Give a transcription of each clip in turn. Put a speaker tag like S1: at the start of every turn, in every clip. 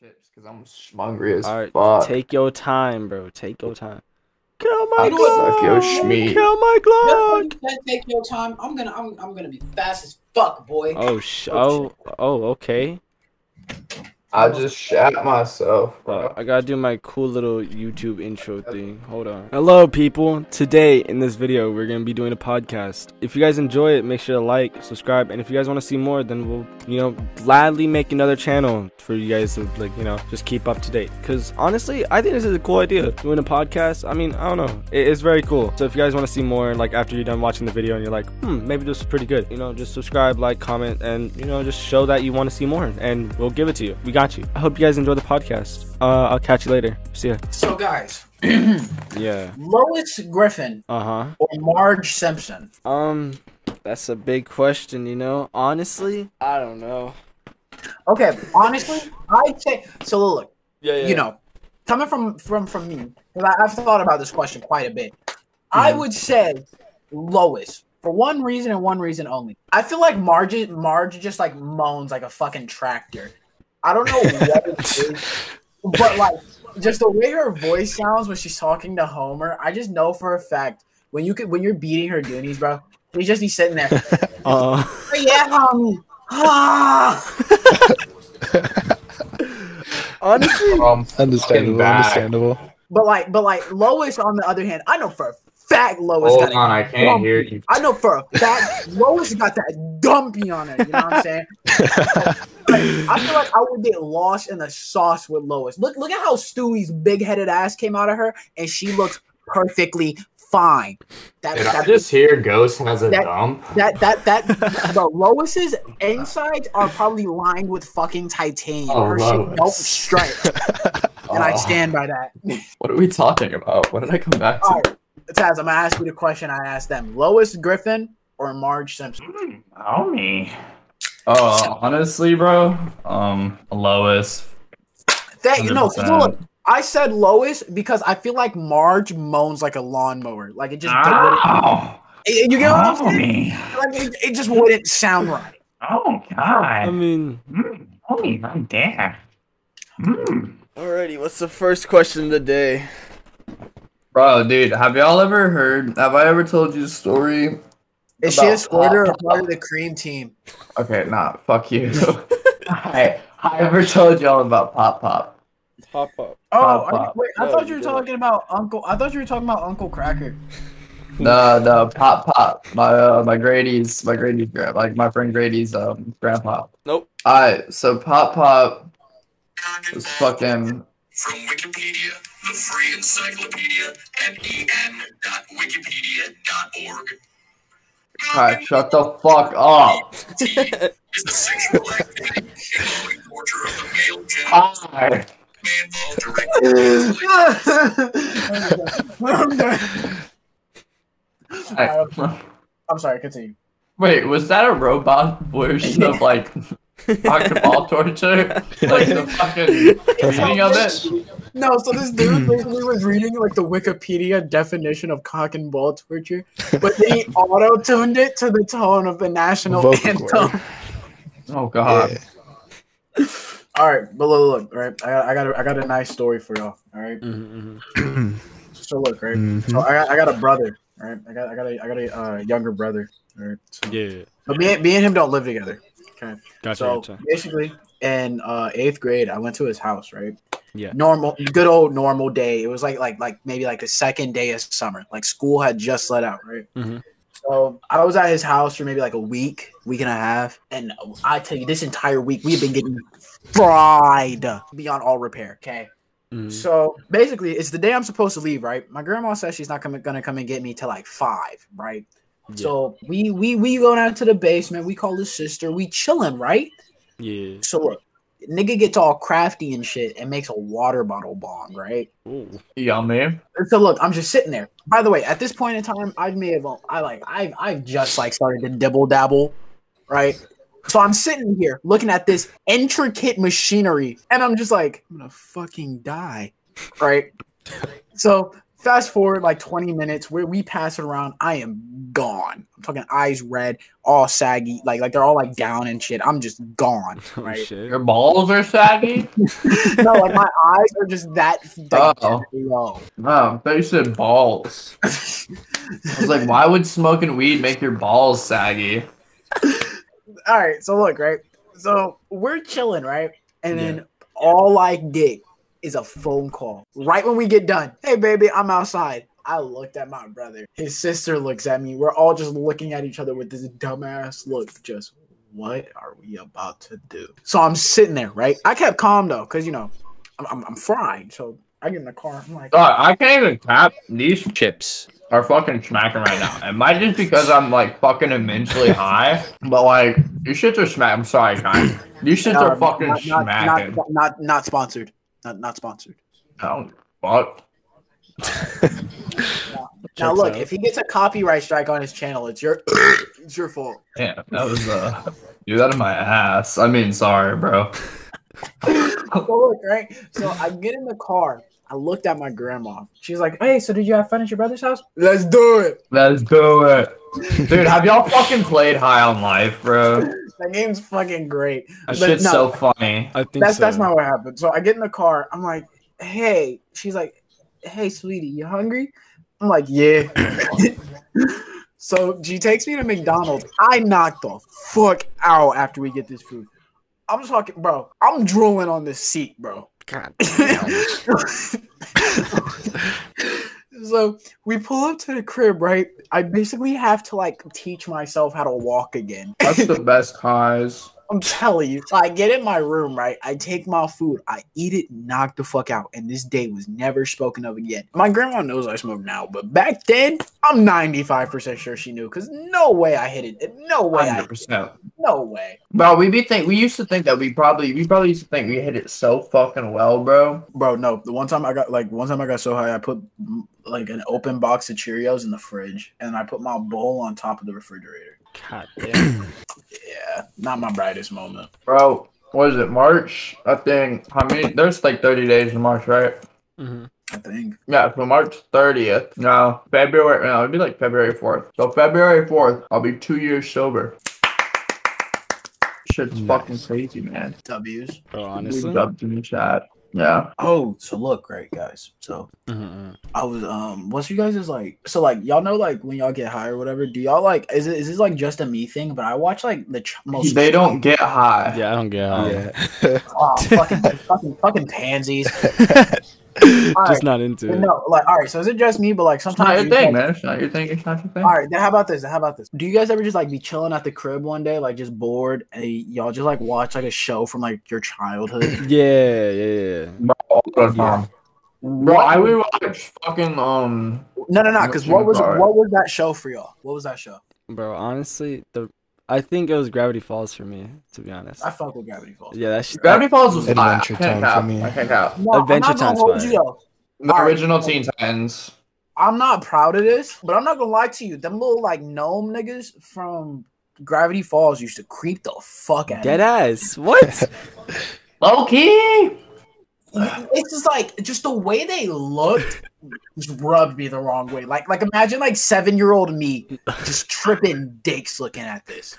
S1: chips because I'm schmungry as
S2: All right,
S1: fuck.
S2: take your time, bro. Take your time. Kill
S1: I
S2: my
S1: suck your
S2: Glock.
S1: schmeat.
S2: Kill my
S3: No, you
S2: Glock.
S3: can't take your time. I'm gonna, I'm, I'm gonna be fast as fuck, boy.
S2: Oh sh. Oh. Oh. Okay.
S1: I just shat myself,
S2: Well,
S1: bro.
S2: I gotta do my cool little YouTube intro thing. Hold on. Hello, people. Today in this video, we're gonna be doing a podcast. If you guys enjoy it, make sure to like, subscribe, and if you guys want to see more, then we'll, you know, gladly make another channel for you guys to like, you know, just keep up to date. Cause honestly, I think this is a cool idea doing a podcast. I mean, I don't know, It- it's very cool. So if you guys want to see more, like after you're done watching the video and you're like, hmm, maybe this is pretty good, you know, just subscribe, like, comment, and you know, just show that you want to see more, and we'll give it to you. We got you. I hope you guys enjoy the podcast. Uh, I'll catch you later. See ya.
S3: So guys,
S2: Yeah.
S3: Lois Griffin
S2: Uh
S3: or Marge Simpson?
S2: huh. Um, that's a big question, you know. Honestly, I don't know.
S3: Okay, honestly, I'd say so. Look,
S2: Yeah,
S3: you know, coming from from from me, because I've thought about this question quite a bit. I
S2: Mhm.
S3: would say Lois for one reason and one reason only. I feel like Marge Marge just like moans like a fucking tractor. I don't know what it is, but like just the way her voice sounds when she's talking to Homer, I just know for a fact when you could when you're beating her Goonies, bro, you just be sitting there.
S2: Uh.
S3: "Oh, yeah, homie. Ah.
S2: Honestly.
S1: Um,
S4: Understandable.
S1: back.
S4: Understandable.
S3: But like, but like Lois on the other hand, I know for a fact Lois
S1: hold
S3: got it.
S1: on, I can't hear you.
S3: I know for a fact Lois got that dumpy on her. You know what I'm saying? Like, I feel like I would get lost in the sauce with Lois. Look, look at how Stewie's big-headed ass came out of her, and she looks perfectly fine. That
S1: Did I
S3: that,
S1: just hear Ghost has a
S3: That-
S1: dump?
S3: that that that the Lois's insides are probably lined with fucking titanium.
S1: Oh,
S3: her
S1: Lois.
S3: shit don't stretch, and I
S1: Oh,
S3: stand by that.
S1: What are we talking about? What did I come back to?
S3: All right, Taz, I'm gonna ask you the question I asked them: Lois Griffin or Marge Simpson?
S1: Homie. Oh, honestly, bro. Um, Lois.
S3: That you know, look, I said Lois because I feel like Marge moans like a lawnmower. Like it just,
S1: Oh,
S3: it- you get what I'm saying? Like it, it just wouldn't sound right.
S1: Oh
S2: I
S1: God.
S2: mean.
S1: Homie, I'm dead.
S2: Alrighty, what's the first question of the day?
S1: Bro, dude, have y'all ever heard? Have I ever told you the story?
S3: Is she a
S1: About-
S3: squirter or part of the cream team?
S1: Okay, nah, fuck you. I, I ever told y'all about Pop Pop.
S2: Pop up.
S3: Oh,
S1: Pop,
S3: I-
S1: pop.
S3: wait, I
S2: No,
S3: thought you
S2: you
S3: were
S2: didn't.
S3: talking about Uncle. I thought you were talking about Uncle Cracker.
S1: No, no, Pop Pop. My uh, my Grady's my Grady's grand like my friend Grady's um grandpa.
S2: Nope.
S1: Alright, so Pop Pop was fucking
S5: from Wikipedia, the free encyclopedia E at en.wikipedia.org.
S1: Alright, shut the fuck up.
S5: Is the sexual activity involving torture of the male genital
S1: Alright.
S5: may involve direct
S3: I'm done. I'm sorry. Continue.
S1: Wait, was that a robot version of like Dr. Ball torture? Like the fucking meaning of it?
S3: No, so this dude basically was reading like the Wikipedia definition of cock and ball torture, but then he auto tuned it to the tone of the national
S4: Vocal
S3: anthem.
S4: cord.
S1: Oh god.
S4: Yeah.
S3: All right, but look, look, right? I got, I got, a, I got a nice story for y'all. All right,
S2: Mm-hmm,
S3: so look, right? So
S4: Mhm.
S3: I got, I got a brother. All right, I got, I got a, I got a uh, younger brother. All right, so,
S2: Yeah.
S3: but me, and- me and him don't live together.
S2: Gotcha.
S3: So basically, in uh, eighth grade, I went to his house, right?
S2: Yeah.
S3: Normal, good old normal day. It was like like like maybe like the second day of summer. Like school had just let out, right?
S2: Mhm.
S3: So I was at his house for maybe like a week, week and a half, and I tell you, this entire week we've been getting fried beyond all repair. Okay.
S2: Mm-hmm.
S3: So basically, it's the day I'm supposed to leave, right? My grandma says she's not coming, gonna come and get me till like five, right? So we we we go down to the basement. We call his sister. We chilling, right?
S2: Yeah.
S3: So look, nigga gets all crafty and shit and makes a water bottle bomb, right?
S1: Yummy.
S3: And So look, I'm just sitting there. By the way, at this point in time, I may have I like I've I've just like started to dibble dabble, right? So I'm sitting here looking at this intricate machinery, and I'm just like, I'm gonna fucking die, right? So Fast forward like 20 minutes, where we pass it around, I am gone. I'm talking eyes red, all saggy, like like they're all like down and shit. I'm just gone.
S2: Oh
S3: Right?
S2: shit.
S1: Your balls are saggy?
S3: no, like my eyes are just that like,
S1: Uh-oh.
S3: low.
S1: No, they said balls. I was like, why would smoking weed make your balls saggy?
S3: All right, so look, right? So we're chilling, right? And then all I get is a phone call right when we get done. Hey, baby, I'm outside. I looked at my brother. His sister looks at me. We're all just looking at each other with this dumbass look. Just what are we about to do? So I'm sitting there, right? I kept calm though, cause you know, I'm, I'm, I'm fried. So I get in the car. I'm like,
S1: God, I can't even cap. These chips are fucking smacking right now. It might just because I'm like fucking immensely high, but like these shits are smack. I'm sorry, guys. These shits
S3: uh,
S1: are fucking
S3: not, not,
S1: smacking.
S3: not, not, not sponsored. Not, not sponsored.
S1: Oh, fuck.
S3: now
S2: Checks
S3: look,
S2: out.
S3: if he gets a copyright strike on his channel, it's your it's your fault.
S1: Yeah, that was uh, dude, that in my ass. I mean, sorry, bro.
S3: So look, right? So I get in the car. I looked at my grandma. She's like, "Hey, so did you have fun at your brother's house? Let's do it.
S1: Let's do it, dude. Have y'all fucking played High on Life, bro?
S3: That game's fucking great."
S1: That
S3: But
S1: shit's
S3: no.
S1: so funny.
S2: I think
S3: That's
S2: so.
S3: that's not what happened. So I get in the car. I'm like, "Hey," she's like, "Hey, sweetie, you hungry?" I'm like, "Yeah." so she takes me to McDonald's. I knocked the fuck out after we get this food. I'm talking, bro. I'm drooling on this seat, bro.
S2: God.
S3: so we pull up to the crib, right? I basically have to like teach myself how to walk again.
S1: That's the best highs.
S3: I'm telling you. So I get in my room, right? I take my food, I eat it, knock the fuck out, and this day was never spoken of again. My grandma knows I smoke now, but back then, I'm 95% sure she knew because no way I hit it. No way. I,
S1: Hundred percent.
S3: no way.
S1: Bro, we be think we used to think that we probably we probably used to think we hit it so fucking well, bro.
S3: Bro, no. The one time I got like one time I got so high, I put mm, like an open box of Cheerios in the fridge, and I put my bowl on top of the refrigerator.
S2: God damn.
S3: Yeah, not my brightest moment.
S1: Bro, what is it, March? I think I mean there's like thirty days in March, right?
S2: Mhm.
S3: I think.
S1: Yeah, so March thirtieth. No, February no, it'd be like February fourth. So February fourth, I'll be two years sober. Shit's fucking crazy, man.
S3: W's.
S2: Bro,
S1: Big
S2: honestly.
S1: ups in the chat. Yeah.
S3: Oh, so look, right, guys. So
S2: Mhm.
S3: I was um, what's you guys is like? So like, y'all know like when y'all get high or whatever. Do y'all like? Is it is this like just a me thing? But I watch like the ch- most.
S1: They don't get high.
S2: Yeah, I don't get how.
S1: Yeah.
S3: oh, fucking fucking fucking pansies.
S2: Just not into it.
S3: No, like all right. So is it just me? But like
S1: It's not your
S3: sometimes you
S1: thing,
S3: like-
S1: man. It's not your thing, it's not your thing.
S3: All right, then how about this? How about this? Do you guys ever just like be chilling at the crib one day, like just bored, and y'all just like watch like a show from like your childhood?
S2: Yeah, yeah, yeah.
S1: Bro, all the time. Bro,
S3: What-
S1: I would watch fucking um
S3: no, no, no. Because what was
S1: Alright.
S3: what was that show for y'all? What was that show?
S2: Bro, honestly, the I think it was Gravity Falls for me, to be honest.
S3: I fuck with Gravity Falls.
S2: Yeah, that's
S1: Gravity Falls was
S4: Adventure
S1: fire. I can't
S4: Time
S1: count.
S4: for me.
S1: I can't count.
S3: No, I'm
S2: Adventure
S3: not gonna
S2: Time's
S3: hold
S2: fire.
S3: you though.
S1: The
S3: Alright.
S1: original Teen Titans.
S3: I'm not proud of this, but I'm not gonna lie to you. Them little like gnome niggas from Gravity Falls used to creep the fuck out.
S2: dead
S3: of
S2: ass. What?
S1: Low key.
S3: me. It's just like just the way they looked just rubbed me the wrong way. Like like imagine like seven year old me just tripping dicks looking at this.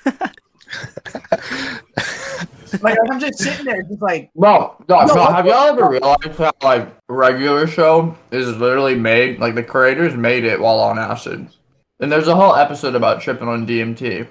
S3: like I'm just sitting there, just like
S1: Bro, no,
S3: No,
S1: bro,
S3: I-
S1: have y'all ever realized that like regular show is literally made like the creators made it while on acid. And there's a whole episode about tripping on DMT.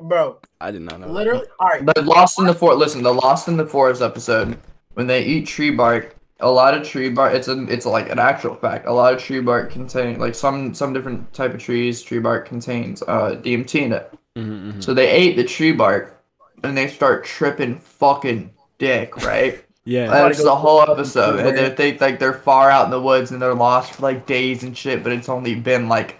S3: bro,
S2: I did not know. that.
S3: literally. All right,
S1: The Lost in the Forest listen, the Lost in the Forest episode, when they eat tree bark, a lot of tree bark it's an it's like an actual fact. A lot of tree bark contain like some some different type of trees, tree bark contains uh DMT in it.
S2: Mhm, mhm.
S1: So they ate the tree bark and they start tripping fucking dick, right?
S2: Yeah.
S1: That's the whole episode. And they think like they're far out in the woods and they're lost for like days and shit, but it's only been like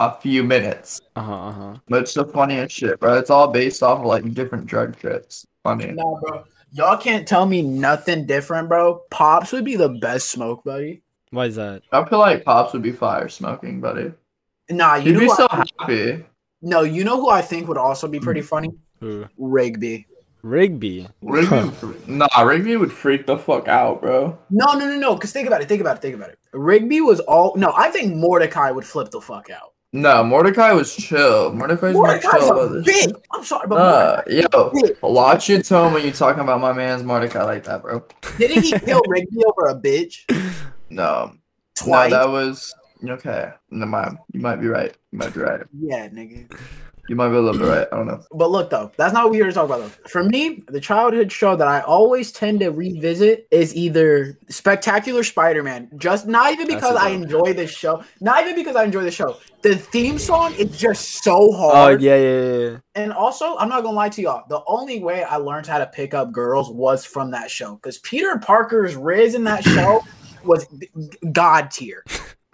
S1: a few minutes.
S2: Uh huh. Uh huh.
S1: But it's the funniest shit, bro. It's all based off of like different drug trips. Funny.
S3: Nah, bro. Y'all can't tell me nothing different, bro. Pops would be the best smoke, buddy.
S2: Why is that?
S1: I feel like Pops would be fire smoking, buddy.
S3: Nah, you
S1: He'd
S3: know
S1: be
S3: who
S1: so
S3: I-
S1: happy.
S2: Hmm.
S3: no, you know who I think would also be pretty funny?
S2: Who?
S3: Rigby.
S2: Rigby.
S1: Rigby, nah, Rigby would freak the fuck out, bro.
S3: No, no, no, no. Because think about it. Think about it. Think about it. Rigby was all. No, I think Mordecai would flip the fuck out.
S1: No, Mordecai was chill. Mordecai's more
S3: Mordecai's
S1: chill about
S3: a
S1: this.
S3: bitch. I'm sorry, but
S1: Nah, yo,
S3: Mordecai's
S1: watch your tone when you talking about my man's Mordecai like that, bro.
S3: a bitch. didn't he kill Rigby over a bitch
S1: No,
S3: twice?
S1: no, that was okay. No, mind. You might be right. You might be right.
S3: yeah, nigga.
S1: You might be a little bit right. I don't know.
S3: But look though, that's not what we here to talk about though. For me, the childhood show that I always tend to revisit is either Spectacular Spider-Man. Just not even
S2: That's
S3: because
S2: a
S3: I
S2: dope.
S3: enjoy this show. Not even because I enjoy the show. The theme song is just so
S2: Oh
S3: hard.
S2: yeah, yeah, yeah, yeah.
S3: And also, I'm not gonna lie to y'all. The only way I learned how to pick up girls was from that show. Because Peter Parker's Riz in that show was g- g- god tier.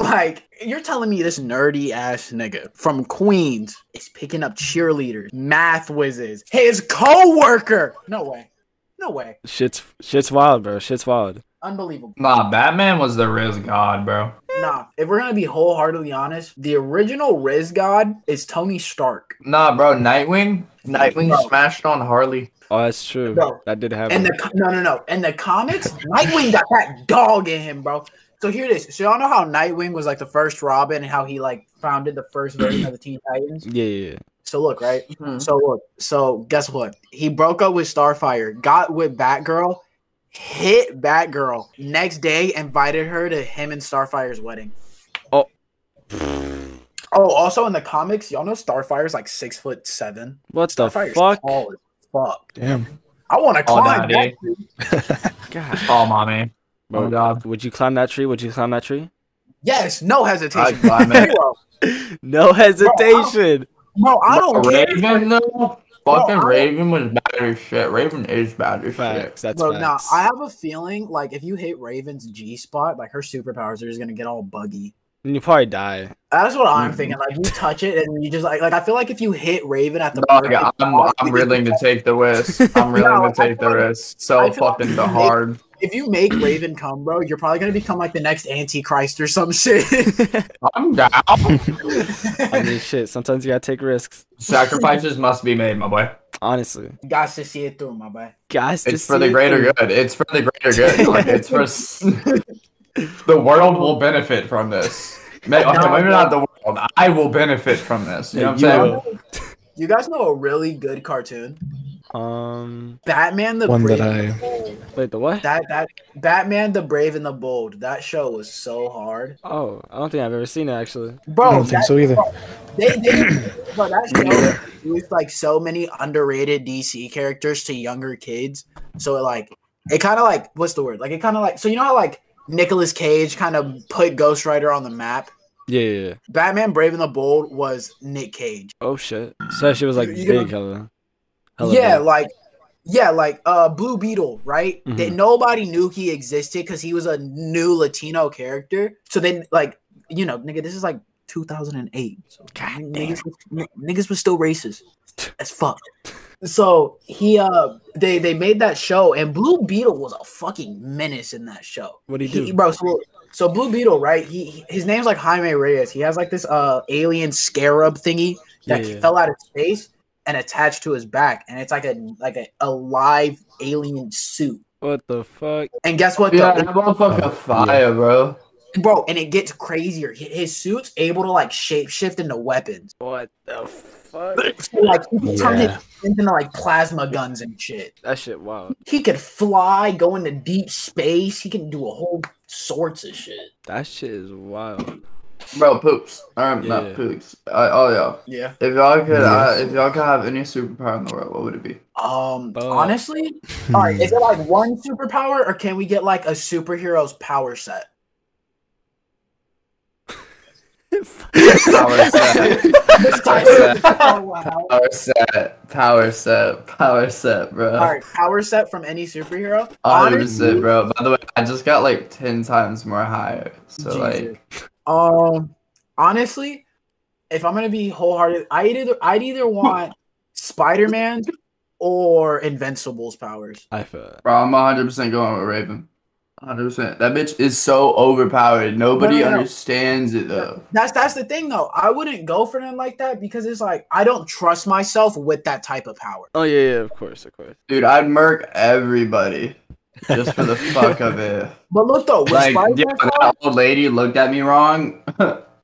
S3: Like, you're telling me this nerdy ass nigga from Queens is picking up cheerleaders, math whizzes, his coworker. No way. No way.
S2: Shit's shit's wild, bro. Shit's wild.
S3: Unbelievable.
S1: Nah, Batman was the Riz god, bro.
S3: Nah, if we're gonna be wholeheartedly honest, the original Riz God is Tony Stark.
S1: Nah, bro, Nightwing, Nightwing
S3: Bro.
S1: smashed on Harley.
S2: Oh, that's true.
S3: Bro.
S2: That did happen.
S3: And the co- no, no, no. In the comics, Nightwing got that dog in him, bro. So here it is. So y'all know how Nightwing was like the first Robin and how he like founded the first version of the Teen Titans.
S2: yeah, yeah, yeah.
S3: So look, right.
S2: Mm-hmm.
S3: So look. So guess what? He broke up with Starfire, got with Batgirl, hit Batgirl. Next day, invited her to him and Starfire's wedding.
S2: Oh.
S3: Oh, also in the comics, y'all know Starfire's like six foot seven.
S2: What the
S3: Starfire's
S2: fuck?
S3: tall as fuck.
S4: Damn.
S3: I want to
S1: Oh,
S3: climb.
S1: daddy.
S3: that tree.
S2: God.
S1: Oh, mommy. Oh my
S2: Bro,
S1: god.
S2: would you climb that tree? Would you climb that tree?
S3: Yes, no
S1: I'd
S3: hesitation.
S1: climb it.
S3: Zero.
S2: No hesitation.
S3: Bro, I
S1: But
S3: don't care.
S1: Raven though, fucking
S3: I don't-
S1: Raven was bad as shit. Raven is bad as shit.
S2: Facts. That's
S3: Bro, nah,
S2: facts.
S3: I have a feeling like if you hit Raven's G spot, like her superpowers are just gonna get all buggy.
S2: And you probably die.
S3: That's what I'm
S1: Mhm.
S3: thinking. Like you touch it and you just like, like I feel like if you hit Raven at the
S1: No,
S3: perfect
S1: yeah, I'm,
S3: spot,
S1: I'm
S3: you
S1: willing to take the risk. I'm
S3: No,
S1: willing
S3: I
S1: to take the
S3: feel like-
S1: risk. So
S3: I feel like
S1: fucking
S3: you
S1: the
S3: make-
S1: hard.
S3: just- If you make Raven come, bro, you're probably gonna become like the next Antichrist or some shit.
S1: I'm down.
S2: I mean, shit. Sometimes you gotta take risks.
S1: Sacrifices must be made, my boy.
S2: Honestly,
S3: Got to see it through, my boy.
S2: guys.
S1: It's for the greater good. It's for the greater good. Like, it's for s- the world will benefit from this. May- okay,
S3: No,
S1: maybe
S3: no.
S1: not the world. I will benefit from this. You know what I'm
S2: You
S1: saying?
S2: will.
S3: You guys know a really good cartoon,
S2: Um.
S3: Batman the
S4: One
S3: Brave.
S4: that I
S2: Wait, the what?
S3: that that Batman the Brave and the Bold. That show was so hard,
S2: Oh, I don't think I've ever seen it actually.
S3: bro.
S4: I don't think
S3: that-
S4: so either.
S3: They, they bro, that show introduced like so many underrated DC characters to younger kids. So it like it kind of like what's the word? Like it kind of like so you know how like Nicolas Cage kind of put Ghost Rider on the map.
S2: Yeah, yeah. yeah.
S3: Batman Brave and the Bold was Nick Cage.
S2: Oh shit. So that shit was like
S3: You- you gonna-
S2: big, hella. hella
S3: yeah,
S2: big.
S3: like yeah, like uh Blue Beetle, right?
S2: Mhm.
S3: That nobody knew he existed because he was a new Latino character. So then like, you know, nigga, this is like 2008. So n- niggas, was- n- niggas was still racist as fuck. So he uh they they made that show and Blue Beetle was a fucking menace in that show.
S2: What'd he
S3: he,
S2: do?
S3: bro? So, so Blue Beetle, right? He he- his name's like Jaime Reyes. He has like this uh alien scarab thingy that
S2: Yeah, yeah.
S3: fell out of space and attached to his back, and it's like a like a, a live alien suit.
S2: What the fuck?
S3: And guess what,
S1: Yeah,
S3: though?
S1: that motherfucker fire, bro.
S3: It- bro? And it gets crazier. Hi- His suit's able to like shapeshift into weapons.
S2: What the fuck?
S3: So, like he can turn
S4: Yeah.
S3: his into like plasma guns and shit.
S2: That shit wild.
S3: He could fly, go into deep space. He can do a whole sorts of shit.
S2: That shit is wild.
S1: Bro, poops. Um,
S2: Yeah.
S1: not poops. Uh, oh yeah.
S3: Yeah.
S1: If y'all could, uh, if y'all could have any superpower in the world, what would it be?
S3: Um,
S2: But-
S3: honestly, all right, is it like one superpower or can we get like a superhero's power set?
S1: Power set.
S3: Power
S1: set.
S3: wow.
S1: Power set. Power set. Power set, bro.
S3: All right, power set from any superhero.
S1: Hundred
S3: Honestly,
S1: percent, bro. By the way, I just got like ten times more higher. So
S3: Jesus.
S1: like,
S3: um, honestly, if I'm gonna be wholehearted, I either I'd either
S1: Hmm.
S3: want Spider Man or Invincible's powers.
S2: I feel.
S1: bro, I'm hundred percent going with Raven. Hundred percent. That bitch is so overpowered. Nobody
S3: no, no.
S1: understands it though.
S3: That's that's the thing though. I wouldn't go for them like that because it's like I don't trust myself with that type of power.
S2: Oh yeah, yeah, of course, of course.
S1: Dude, I'd murk everybody just for the fuck of it.
S3: But look though, with
S1: Like,
S3: Spider-Man
S1: yeah, when
S3: power-
S1: that old lady looked at me wrong.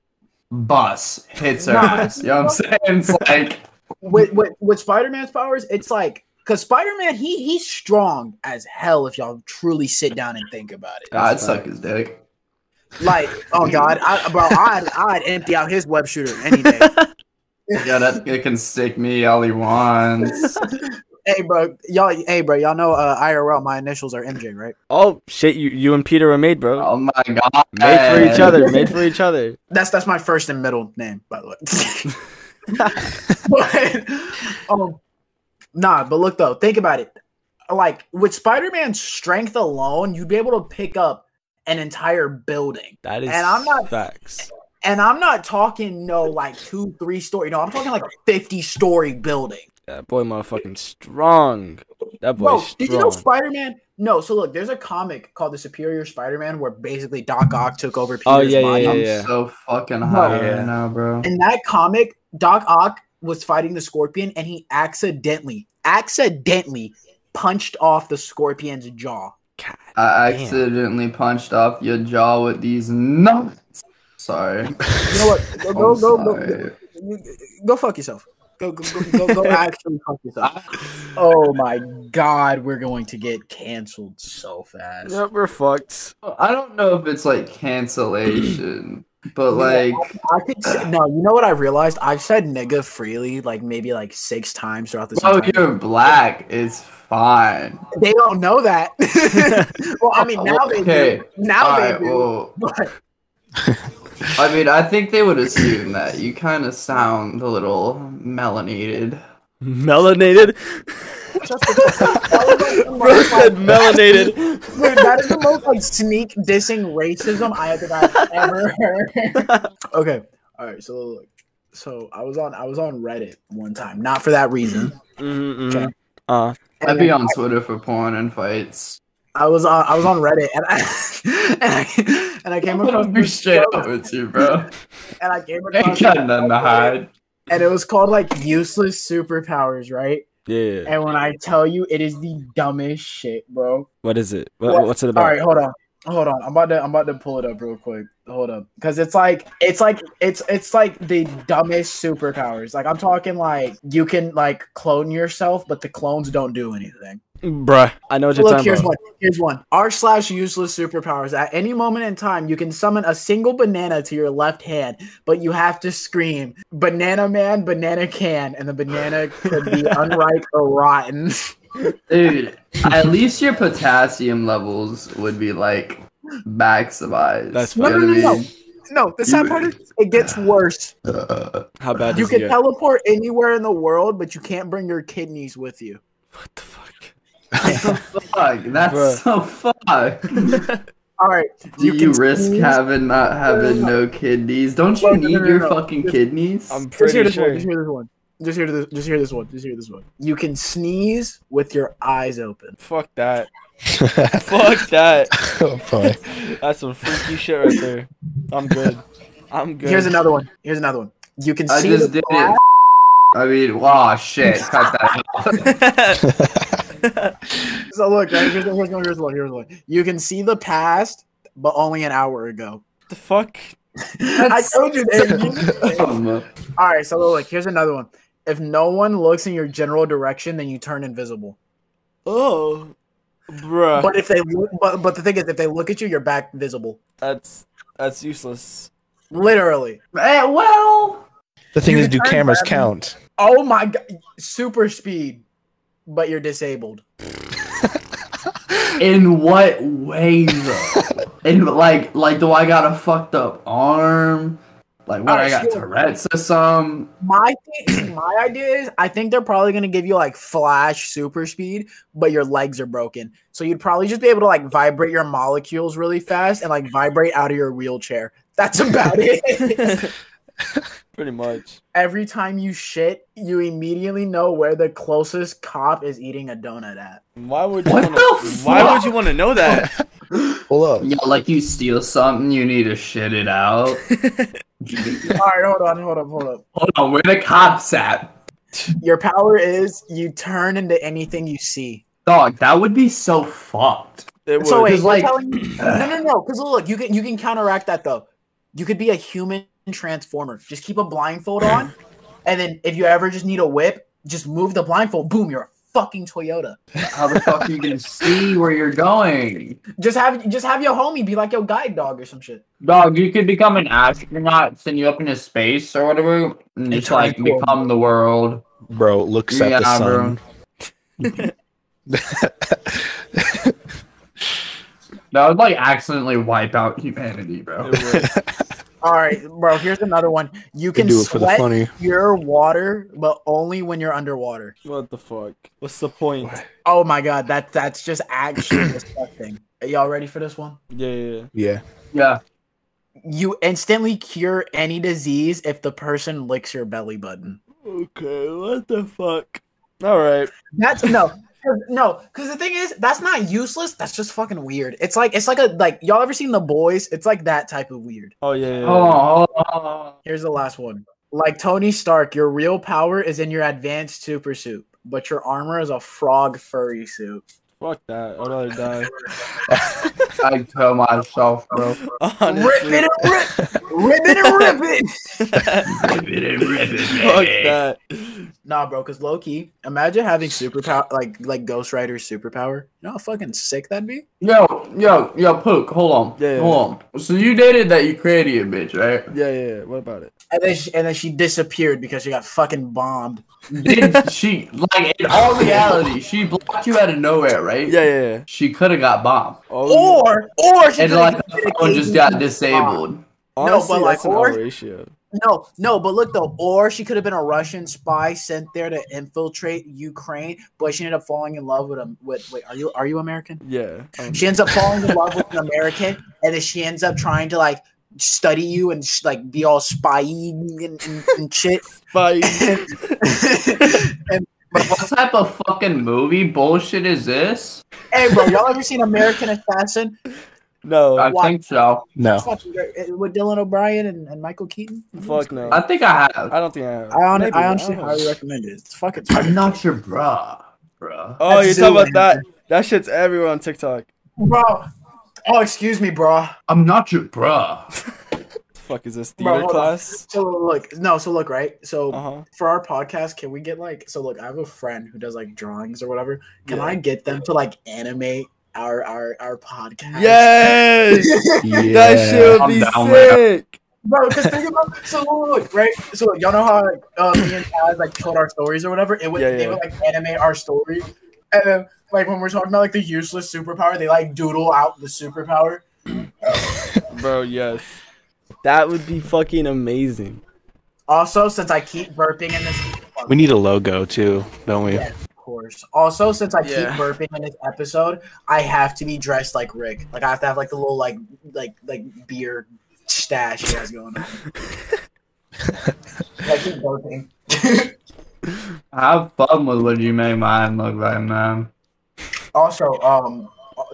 S1: Bus hits her
S3: Nah.
S1: ass. You know what I'm saying? It's like,
S3: with, with with Spider-Man's powers, it's like because Spider-Man he he's strong as hell if y'all truly sit down and think about it.
S1: God, I'd
S2: That's
S1: suck his dick.
S3: Like, oh god, I, bro, I'd I'd empty out his web shooter any day.
S1: Yeah, that it can stick me all he wants.
S3: hey, bro, y'all, hey, bro, y'all know uh, IRL. My initials are MJ, right?
S2: Oh shit, you you and Peter were made, bro.
S1: Oh my god.
S2: made for each other. Made for each other.
S3: That's that's my first and middle name, by the way. but, um, nah, but look though, think about it. Like with Spider-Man's strength alone, you'd be able to pick up an entire building.
S2: That is
S3: And I'm not-
S2: facts.
S3: And I'm not talking no like two, three story. No, I'm talking like a 50 story building.
S2: That boy, motherfucking strong. That boy,
S3: Bro,
S2: strong.
S3: did you know Spider-Man? No, so look, there's a comic called The Superior Spider-Man where basically Doc Ock took over Peter's
S2: Oh, yeah, yeah,
S3: body.
S2: yeah,
S1: I'm
S2: yeah.
S1: so fucking high
S2: Yeah.
S1: right now, bro.
S3: in that comic, Doc Ock was fighting the Scorpion and he accidentally, accidentally punched off the Scorpion's jaw.
S2: God
S1: I
S2: damn.
S1: accidentally punched off your jaw with these nuts. Sorry.
S3: You know what? Go go
S1: I'm
S3: go go, go,
S1: sorry.
S3: go fuck yourself. Go go go go, go actually fuck yourself. Oh my god, we're going to get canceled so fast.
S2: Yep, we're fucked.
S1: I don't know if it's like cancellation, but like
S3: I could say, no, you know what I realized? I've said nigga freely like maybe like six times throughout this.
S1: Oh,
S3: entire-
S1: you're black. It's fine.
S3: They don't know that. well, I mean now they
S1: Okay.
S3: do. Now
S1: All
S3: they
S1: right.
S3: do.
S1: Well,
S3: but-
S1: I mean, I think they would assume that you kind of sound a little melanated.
S2: Melanated. Bro said melanated.
S3: Dude, that is the most like sneak dissing racism I think I've ever heard. okay, all right. So, look, so I was on I was on Reddit one time, not for that reason.
S2: Mm-mm.
S3: Okay.
S2: Uh,
S1: I'd
S3: And
S1: be
S3: then
S1: on Twitter for porn and fights.
S3: I was on I was on Reddit, and I and I, and I came across
S1: I'd be
S3: this
S1: straight
S3: joke,
S1: up with you, bro.
S3: and I came across
S1: Ain't
S3: this
S1: got nothing to hide.
S3: and it was called like useless superpowers, right?
S2: yeah.
S3: And when I tell you, it is the dumbest shit, bro.
S2: What is it? What,
S3: What?
S2: What's it
S3: All
S2: about?
S3: right, hold on, hold on. I'm about to I'm about to pull it up real quick. Hold up, because it's like it's like it's it's like the dumbest superpowers. Like I'm talking like you can like clone yourself, but the clones don't do anything.
S2: Bruh. I know what you're
S3: Look,
S2: talking
S3: here's
S2: about.
S3: one. Here's one. R slash useless superpowers. At any moment in time, you can summon a single banana to your left hand, but you have to scream "Banana Man, Banana Can," and the banana could be unripe or rotten.
S1: Dude, at least your potassium levels would be like maximized.
S2: That's
S1: You know what I
S3: fine. No, no, no,
S1: mean?
S3: No, the sad part is it gets worse.
S1: Uh,
S2: How bad
S3: You
S2: does it
S3: can
S2: get?
S3: teleport anywhere in the world, but you can't bring your kidneys with you.
S2: What the fuck?
S1: fuck, that's
S2: Bruh.
S1: so fuck.
S3: All right.
S1: Do you,
S3: can
S1: risk
S3: sneeze-
S1: having not having no kidneys? Don't you
S3: No, no,
S1: need
S3: no, no,
S1: your
S3: no.
S1: fucking kidneys?
S2: I'm
S3: Just hear
S2: pretty
S3: this
S2: sure.
S3: one. Just hear this one. Just hear this. Just hear this one. Just hear this one. You can sneeze with your eyes open.
S2: Fuck that. Fuck that.
S4: oh boy.
S2: That's some freaky shit right there. I'm good. I'm good.
S3: Here's another one. Here's another one. You can
S1: I
S3: see
S1: just
S3: the
S1: did
S3: glass-
S1: it. I mean, wow, shit. Cut that out.
S3: So look, right, here's, here's one. Here's one. Here's one. You can see the past, but only an hour ago.
S2: the fuck?
S3: I told you. that.
S1: Um,
S3: All right. So look, here's another one. If no one looks in your general direction, then you turn invisible.
S2: Oh.
S1: Uh.
S2: Bruh.
S3: But if they look, but, but the thing is, if they look at you, you're back visible.
S2: that's that's useless.
S3: Literally.
S1: eh, well,
S4: The thing
S3: You
S4: is, do
S3: returned
S4: cameras
S3: Batman.
S4: count?
S3: Oh my god, super speed, but you're disabled.
S1: in what way though? And like, like, do I got a fucked up arm? Like, what? I
S3: Alright,
S1: got
S3: sure.
S1: Tourette's or some?
S3: My thing, my idea is, I think they're probably gonna give you like flash super speed, but your legs are broken, so you'd probably just be able to like vibrate your molecules really fast and like vibrate out of your wheelchair. That's about it.
S2: Pretty much.
S3: Every time you shit, you immediately know where the closest cop is eating a donut at.
S2: Why would you
S1: What
S2: wanna,
S1: the
S2: Why would
S1: fuck?
S2: you want to know that?
S4: Pull up.
S1: Yeah, like you steal something, you need to shit it out.
S3: All right, hold on, hold up, hold up.
S1: Hold on, where the cops at?
S3: Your power is you turn into anything you see.
S1: Dog, that would be so fucked.
S2: It
S3: So wait,
S1: Because,
S3: you're
S1: like-
S3: telling me- no, no, no. Because look, you can you can counteract that though. You could be a human transformer. Just keep a blindfold on, and then if you ever just need a whip, just move the blindfold. Boom, you're a fucking Toyota.
S1: How the fuck are you gonna see where you're going?
S3: Just have just have your homie be like your guide dog or some shit.
S1: Dog, you could become an astronaut, send you up into space or whatever, and just
S3: turn
S1: like
S3: into a-
S1: become the world.
S4: Bro looks at the
S1: Yeah,
S4: sun.
S1: That would like accidentally wipe out humanity, bro.
S3: All right, bro. Here's another one. You
S4: Can
S3: can
S4: do it for the
S3: sweat
S4: funny.
S3: pure water, but only when you're underwater.
S2: What the fuck? What's the point?
S3: Oh my god, that that's just actually disgusting. Are y'all ready for this one?
S2: Yeah, yeah, yeah.
S4: Yeah.
S1: Yeah.
S3: You instantly cure any disease if the person licks your belly button.
S2: Okay, what the fuck? All right.
S3: That's no, 'cause- no. Because the thing is, that's not useless. That's just fucking weird. It's like it's like a like y'all ever seen the boys? It's like that type of weird.
S2: Oh yeah. yeah, yeah.
S1: Oh, oh,
S3: Here's the last one. Like Tony Stark, your real power is in your advanced super suit, but your armor is a frog furry suit.
S2: Fuck that. I'd rather die.
S1: oh. I kill myself, bro.
S2: Honestly.
S3: Rip it and rip, rip it and rip it.
S2: Fuck that.
S3: Nah, bro. Because low key, imagine having superpower like like Ghost Rider's superpower. You know how fucking sick that'd be.
S1: Yo, yo, yo, Pook, hold on.
S2: Yeah, yeah.
S1: Hold on. So you dated that Ukrainian bitch, right?
S2: Yeah, yeah, yeah. What about it?
S3: And then she, and then she disappeared because she got fucking bombed.
S1: Did she like in all reality, she blocked you out of nowhere, right?
S2: Yeah, yeah, yeah.
S1: She could have got bombed.
S2: Oh,
S3: Or or she
S1: And
S3: could've
S1: like
S3: committed
S1: the phone just
S3: KD.
S1: got disabled.
S2: honestly,
S3: Oh, but, like,
S2: that's an
S3: or-
S2: odd ratio.
S3: No, no, but look though, or she could have been a Russian spy sent there to infiltrate Ukraine, but she ended up falling in love with a with wait, are you are you American?
S2: Yeah. Um,
S3: She ends up falling in love with an American, and then she ends up trying to like study you and sh- like be all spyy and, and, and shit.
S2: Bye.
S3: and
S1: Bro, what type of fucking movie bullshit is this?
S3: hey, bro, y'all ever seen American Assassin?
S2: no.
S1: I
S3: Why-
S1: think so.
S4: No.
S3: Fucking great. With Dylan O'Brien and, and Michael Keaton.
S2: Fuck no.
S1: I think I have.
S2: I don't think I have.
S3: I, hon-
S2: Maybe,
S3: I honestly
S2: don't know.
S3: highly recommend it. It's fucking.
S1: I'm not your bruh, bruh.
S2: Oh, you're
S3: That's
S2: talking about
S3: Zoolander.
S2: that? That shit's everywhere on TikTok.
S3: bro. Oh, excuse me, bro.
S1: I'm not your bruh.
S2: The fuck is this
S3: Bro,
S2: theater
S3: hold on.
S2: class?
S3: So look, no, so look, right? So
S2: Uh huh.
S3: for our podcast, can we get like so look, I have a friend who does like drawings or whatever. Can I get them to like animate our our our podcast?
S2: Yes,
S4: Yeah.
S2: that shit would
S1: I'm
S2: be
S1: down with that.
S2: sick.
S3: Bro, because think about so look, right? So look, y'all know how like uh, me and Taz like told our stories or whatever? It would
S2: Yeah, yeah.
S3: they would like animate our story. And then like when we're talking about like the useless superpower, they like doodle out the superpower.
S2: Bro, yes. That would be fucking amazing.
S3: Also, since I keep burping in this
S4: We need a logo too, don't we?
S3: Yeah. course. Also, since I
S2: Yeah.
S3: keep burping in this episode, I have to be dressed like Rick. Like I have to have like the little like like like beer stash he has going on. I keep burping.
S1: Have fun with what you make mine look like, man.
S3: Also, um,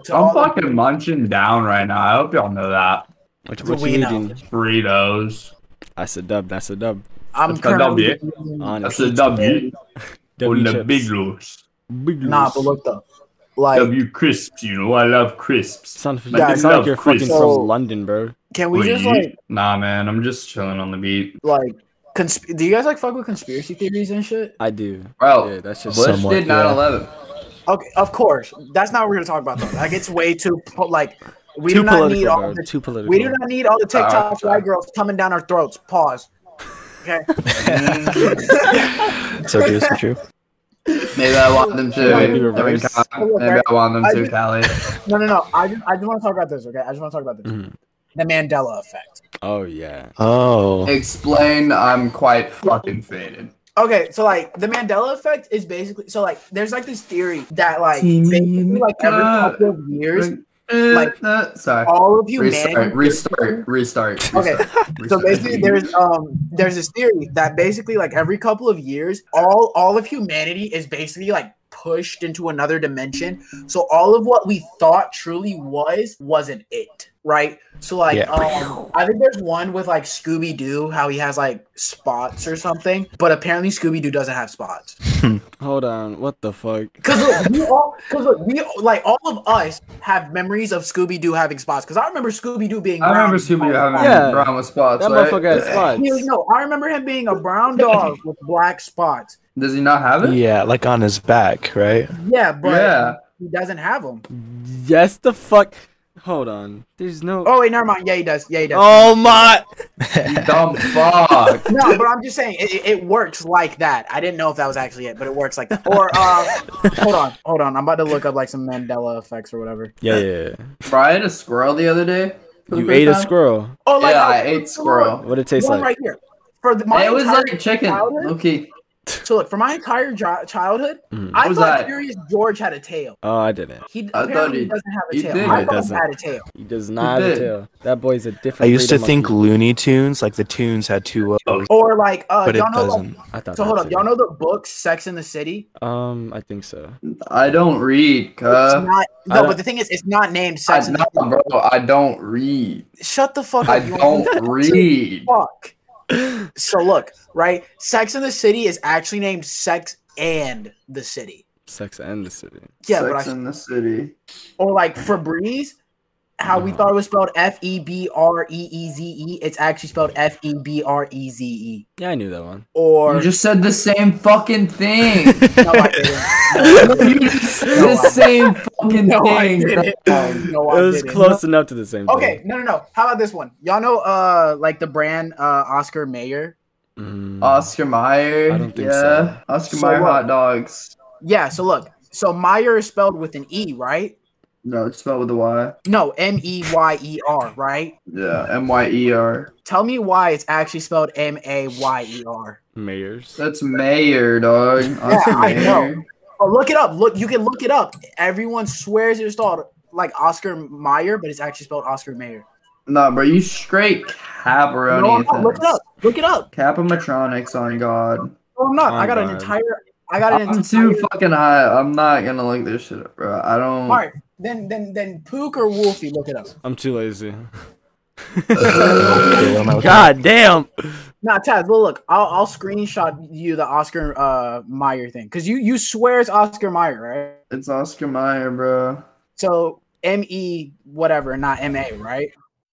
S3: to
S1: I'm
S3: all the-
S1: fucking munching down right now. I hope y'all know that.
S2: What,
S3: what you Reno. eating?
S1: Burritos.
S2: That's a dub. That's a dub.
S3: I'm
S1: That's a W.
S3: currently
S1: That's
S2: Honest.
S1: a W.
S2: W
S1: On the
S2: chips.
S1: big loose.
S2: Big
S3: nah,
S2: loose.
S3: but look though, like
S1: W crisps, you know. I love crisps.
S2: Sound, you sound
S3: Guys,
S2: like
S1: love
S2: you're fucking
S1: crisps.
S2: from
S3: So-
S2: London, bro.
S3: can we
S1: Would
S3: just
S1: you?
S3: like
S1: Nah, man. I'm just chilling on the beat.
S3: like consp- do you guys like fuck with conspiracy theories and shit?
S2: I do.
S1: Bro,
S2: yeah, that's just.
S1: Bush
S4: somewhat,
S1: did
S4: yeah.
S1: 9/11.
S3: Okay, of course. That's not what we're gonna talk about though. That gets way too po- like we
S2: too
S3: do not
S2: political,
S3: need all
S2: bro.
S3: the
S2: Too political.
S3: We do not need all the TikTok
S1: sorry.
S3: white girls coming down our throats. Pause. Okay.
S4: So true, so true.
S1: Maybe I want them to.
S2: Might be
S1: Maybe,
S2: reversed.
S1: maybe I want them
S3: I
S1: to,
S3: just-
S1: Callie.
S3: No, no, no. I just, I just want to talk about this. Okay. I just want to talk about this.
S2: Mhm.
S3: The Mandela effect.
S2: Oh yeah.
S4: Oh.
S1: Explain I'm quite fucking faded.
S3: Okay, so like the Mandela effect is basically so like there's like this theory that like basically like every couple of years Like-
S1: Uh, sorry.
S3: all of humanity
S1: Restart, restart, restart,
S3: Okay,
S1: restart.
S3: so
S1: restart.
S3: basically there's um there's this theory that basically like every couple of years all all of humanity is basically like pushed into another dimension. So all of what we thought truly was wasn't it, right? So like,
S4: Yeah.
S3: um, I think there's one with like Scooby Doo, how he has like spots or something, but apparently Scooby Doo doesn't have spots.
S2: Hold on, what the fuck?
S3: Cause look, we all, cause look, we like all of us have memories of Scooby Doo having spots. Cause I remember Scooby Doo being.
S1: I remember
S3: brown.
S1: Scooby having
S2: Yeah.
S1: brown with spots.
S2: That
S1: right? Eh,
S2: motherfucker had
S3: He was-
S2: spots.
S3: no, I remember him being a brown dog with black spots.
S1: Does he not have it?
S4: Yeah, like on his back, right?
S3: Yeah, but
S1: Yeah.
S3: he doesn't have them.
S2: Yes, the fuck. Hold on. There's no.
S3: Oh wait, never mind. Yeah, he does. Yeah, he does.
S2: Oh my.
S1: You dumb fuck.
S3: No, but I'm just saying it, it- it works like that. I didn't know if that was actually it, but it works like that. Or uh, hold on, hold on. I'm about to look up like some Mandela effects or whatever.
S2: Yeah, yeah.
S1: Bro, I ate a squirrel the other day. for the
S2: yeah. You
S1: first
S2: ate a
S1: time.
S2: squirrel.
S3: Oh, like
S1: yeah,
S3: I-
S1: I ate squirrel.
S2: What it taste
S3: one
S2: like?
S3: right here. For the, my
S1: It was
S3: entire
S1: like chicken.
S3: childhood-
S1: Okay.
S3: So look, for my entire jo- childhood,
S2: Mhm.
S3: I
S1: was
S3: thought
S1: that?
S3: Curious George had a tail.
S2: Oh, I didn't.
S3: He
S1: thought
S3: apparently
S1: he-
S3: doesn't have a
S1: he
S3: tail.
S1: did.
S3: I
S2: He
S3: thought
S2: doesn't.
S3: he had a tail.
S2: He does not have a
S1: did.
S2: tail. That boy's a different.
S4: I used
S2: breed
S4: to
S2: of
S4: think
S2: monkey.
S4: Looney Tunes, like the tunes had
S1: Oh,
S4: two O's,
S3: Or like uh,
S4: but it
S3: y'all know like,
S4: doesn't.
S2: I thought
S3: so hold
S2: that
S3: up,
S2: too.
S3: y'all know the book Sex in the City?
S2: Um, I think so.
S1: I don't read,
S3: it's
S1: cuz.
S3: not
S2: I
S3: no,
S2: don't-
S3: but the thing is, it's not named Sex
S1: Uh, I
S3: in the
S1: know,
S3: City.
S1: bro. I don't read.
S3: Shut the fuck
S1: I
S3: up. you wanna-
S1: don't read.
S3: fuck. So look, right? Sex in the City is actually named Sex and the City.
S2: Sex and the City.
S3: Yeah,
S1: Sex
S3: but I,
S1: in the City.
S3: or like Febreze, how we thought it was spelled F E B R E E Z E. It's actually spelled F E B R E Z E.
S2: Yeah, I knew that one.
S3: Or
S1: You just said the same fucking thing.
S3: no, I
S1: you
S3: didn't.
S1: just said the same fucking
S3: No, I
S1: thing.
S3: didn't. No, I
S2: it was
S3: didn't.
S2: close enough to the same.
S3: Okay, no, no, no. How about this one? Y'all know, uh, like the brand, uh, Oscar Mayer.
S2: Thing. Mm.
S1: Oscar Mayer.
S2: I don't think
S1: yeah.
S2: so.
S1: Oscar
S3: So
S1: Mayer
S3: what?
S1: hot dogs.
S3: Yeah. So look, so Meyer is spelled with an E, right?
S1: No, it's spelled with a Y.
S3: No, M E Y E R, right?
S1: Yeah, M Y E R.
S3: Tell me why it's actually spelled M A Y E R.
S2: Mayors.
S1: That's Mayer, dog. Oscar
S3: I
S1: Mayer.
S3: know. Oh, look it up. Look, you can look it up. Everyone swears it's spelled like Oscar Meyer, but it's actually spelled Oscar Mayer.
S1: Nah, bro, you straight cabaroni.
S3: No, I'm not. Look it up. Look it up.
S1: Capomatronics on God.
S3: No, I'm not. I
S2: I'm
S3: got an
S2: done.
S3: entire. I got an
S1: I'm
S3: entire.
S1: too fucking high. I'm not gonna look this shit up, bro. I don't.
S3: All right, then then then Pook or Wolfie, look it up.
S2: I'm too lazy.
S4: Okay, what am I looking at?
S2: God damn.
S3: Nah, Taz. Well, look, I'll I'll screenshot you the Oscar uh Meyer thing because you you swear it's Oscar Meyer, right?
S1: It's Oscar Mayer, bro.
S3: So M E whatever, not M A, right?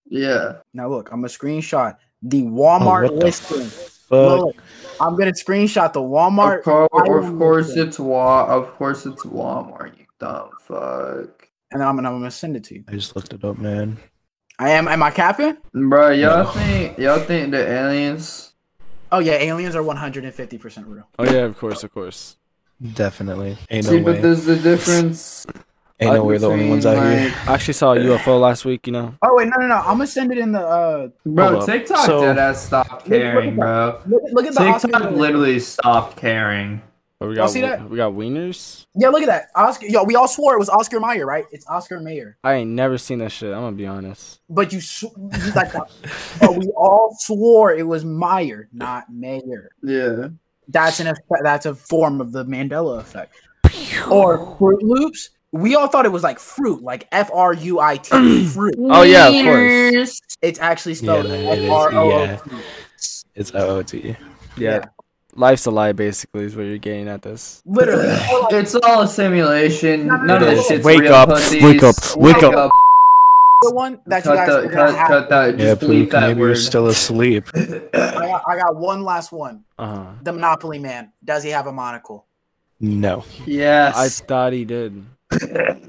S1: Yeah.
S3: Now look, I'm gonna screenshot the Walmart
S4: Oh, what the
S3: listing.
S4: Fuck. Oh,
S3: Look, I'm gonna screenshot the
S1: Of,
S3: Walmart,
S1: cour-
S3: I
S1: of
S3: don't
S1: course
S3: listen.
S1: it's Wa. Of course it's Walmart. You dumb fuck,
S3: and then I'm gonna, I'm gonna send it to you.
S4: I just looked it up, man.
S3: I am. Am I capping?
S1: bro. Y'all
S4: No.
S1: think y'all think the aliens?
S3: Oh yeah, aliens are 150 percent real.
S2: Oh yeah, of course, of course.
S4: Definitely. Ain't
S1: See,
S4: no
S1: but
S4: way.
S1: there's the difference.
S4: Ain't no way the only
S1: between,
S4: ones out here.
S1: like-
S2: I actually saw a UFO last week. You know.
S3: Oh wait, no, no, no. I'm gonna send it in the. uh
S1: Bro,
S4: Hold up.
S1: TikTok
S4: So-
S1: dead ass stopped
S3: Look- look
S1: caring,
S3: at
S1: bro.
S3: Look, look at the Oscar.
S1: TikTok literally stopped caring.
S2: Oh, we
S3: Y'all
S2: got.
S3: see
S2: we-
S3: that?
S2: We got wieners.
S3: Yeah, look at that. Oscar. Yo, we all swore it was Oscar Meyer, right? It's Oscar Mayer.
S2: I ain't never seen that shit. I'm gonna be honest.
S3: But you, sw- you like, but we all swore it was Meyer, not Mayer.
S1: Yeah.
S3: That's an effect, that's a form of the Mandela effect. Or Fruit Loops. We all thought it was like fruit, like F R U I T fruit.
S2: Oh yeah, of course.
S3: It's actually spelled
S4: Yeah,
S3: F
S4: it is,
S3: R O O
S4: yeah.
S3: T.
S4: It's OOT.
S2: Yeah.
S3: Yeah.
S2: Life's a lie, basically, is what you're getting at this.
S3: Literally. Or like-
S1: It's all a simulation.
S3: No, no,
S1: None
S3: no,
S1: of
S3: no,
S1: this
S3: no.
S1: shit's
S2: Wake
S1: real.
S2: up,
S1: pussies.
S2: wake up, wake up.
S3: the one that you
S1: Cut,
S3: guys
S1: the,
S3: are gonna
S1: cut,
S3: have.
S1: cut that.
S4: Yeah,
S1: Just delete
S4: Pook,
S1: that
S4: maybe you're
S1: word.
S4: still asleep.
S3: I got, I got one last one.
S2: Uh huh.
S3: The Monopoly Man. Does he have a monocle?
S4: No.
S2: I
S1: yes.
S2: thought he did.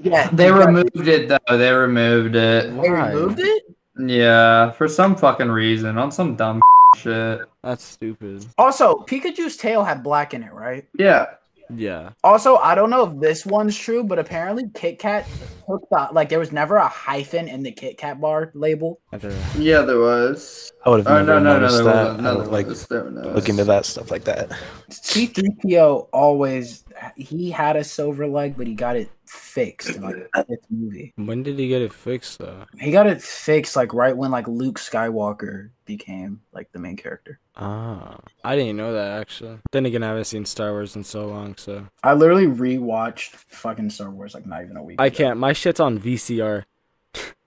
S3: Yeah.
S1: they
S3: you guys-
S1: removed it though. They removed it.
S3: They
S2: Why?
S3: removed it.
S1: Yeah, for some fucking reason, on some dumb shit.
S2: That's stupid.
S3: Also, Pikachu's tail had black in it, right?
S1: Yeah.
S2: Yeah.
S3: Also, I don't know if this one's true, but apparently Kit Kat took the like there was never a hyphen in the Kit Kat bar label.
S2: After-
S1: Yeah, there was.
S4: I would have
S1: Oh
S4: never
S1: no, no, no,
S4: noticed
S1: there
S4: that.
S1: wasn't.
S4: I
S1: No,
S4: don't
S1: there
S4: like
S1: was. There was.
S4: look into that stuff like that.
S3: C3PO always he had a silver leg, but he got it fixed in like the fifth movie.
S2: When did he get it fixed though?
S3: He got it fixed like right when like Luke Skywalker became like the main character.
S2: Ah, I didn't know that actually. Then again, I haven't seen Star Wars in so long, so
S3: I literally rewatched fucking Star Wars like not even a week.
S2: I
S3: ago.
S2: can't. My shit's on VCR.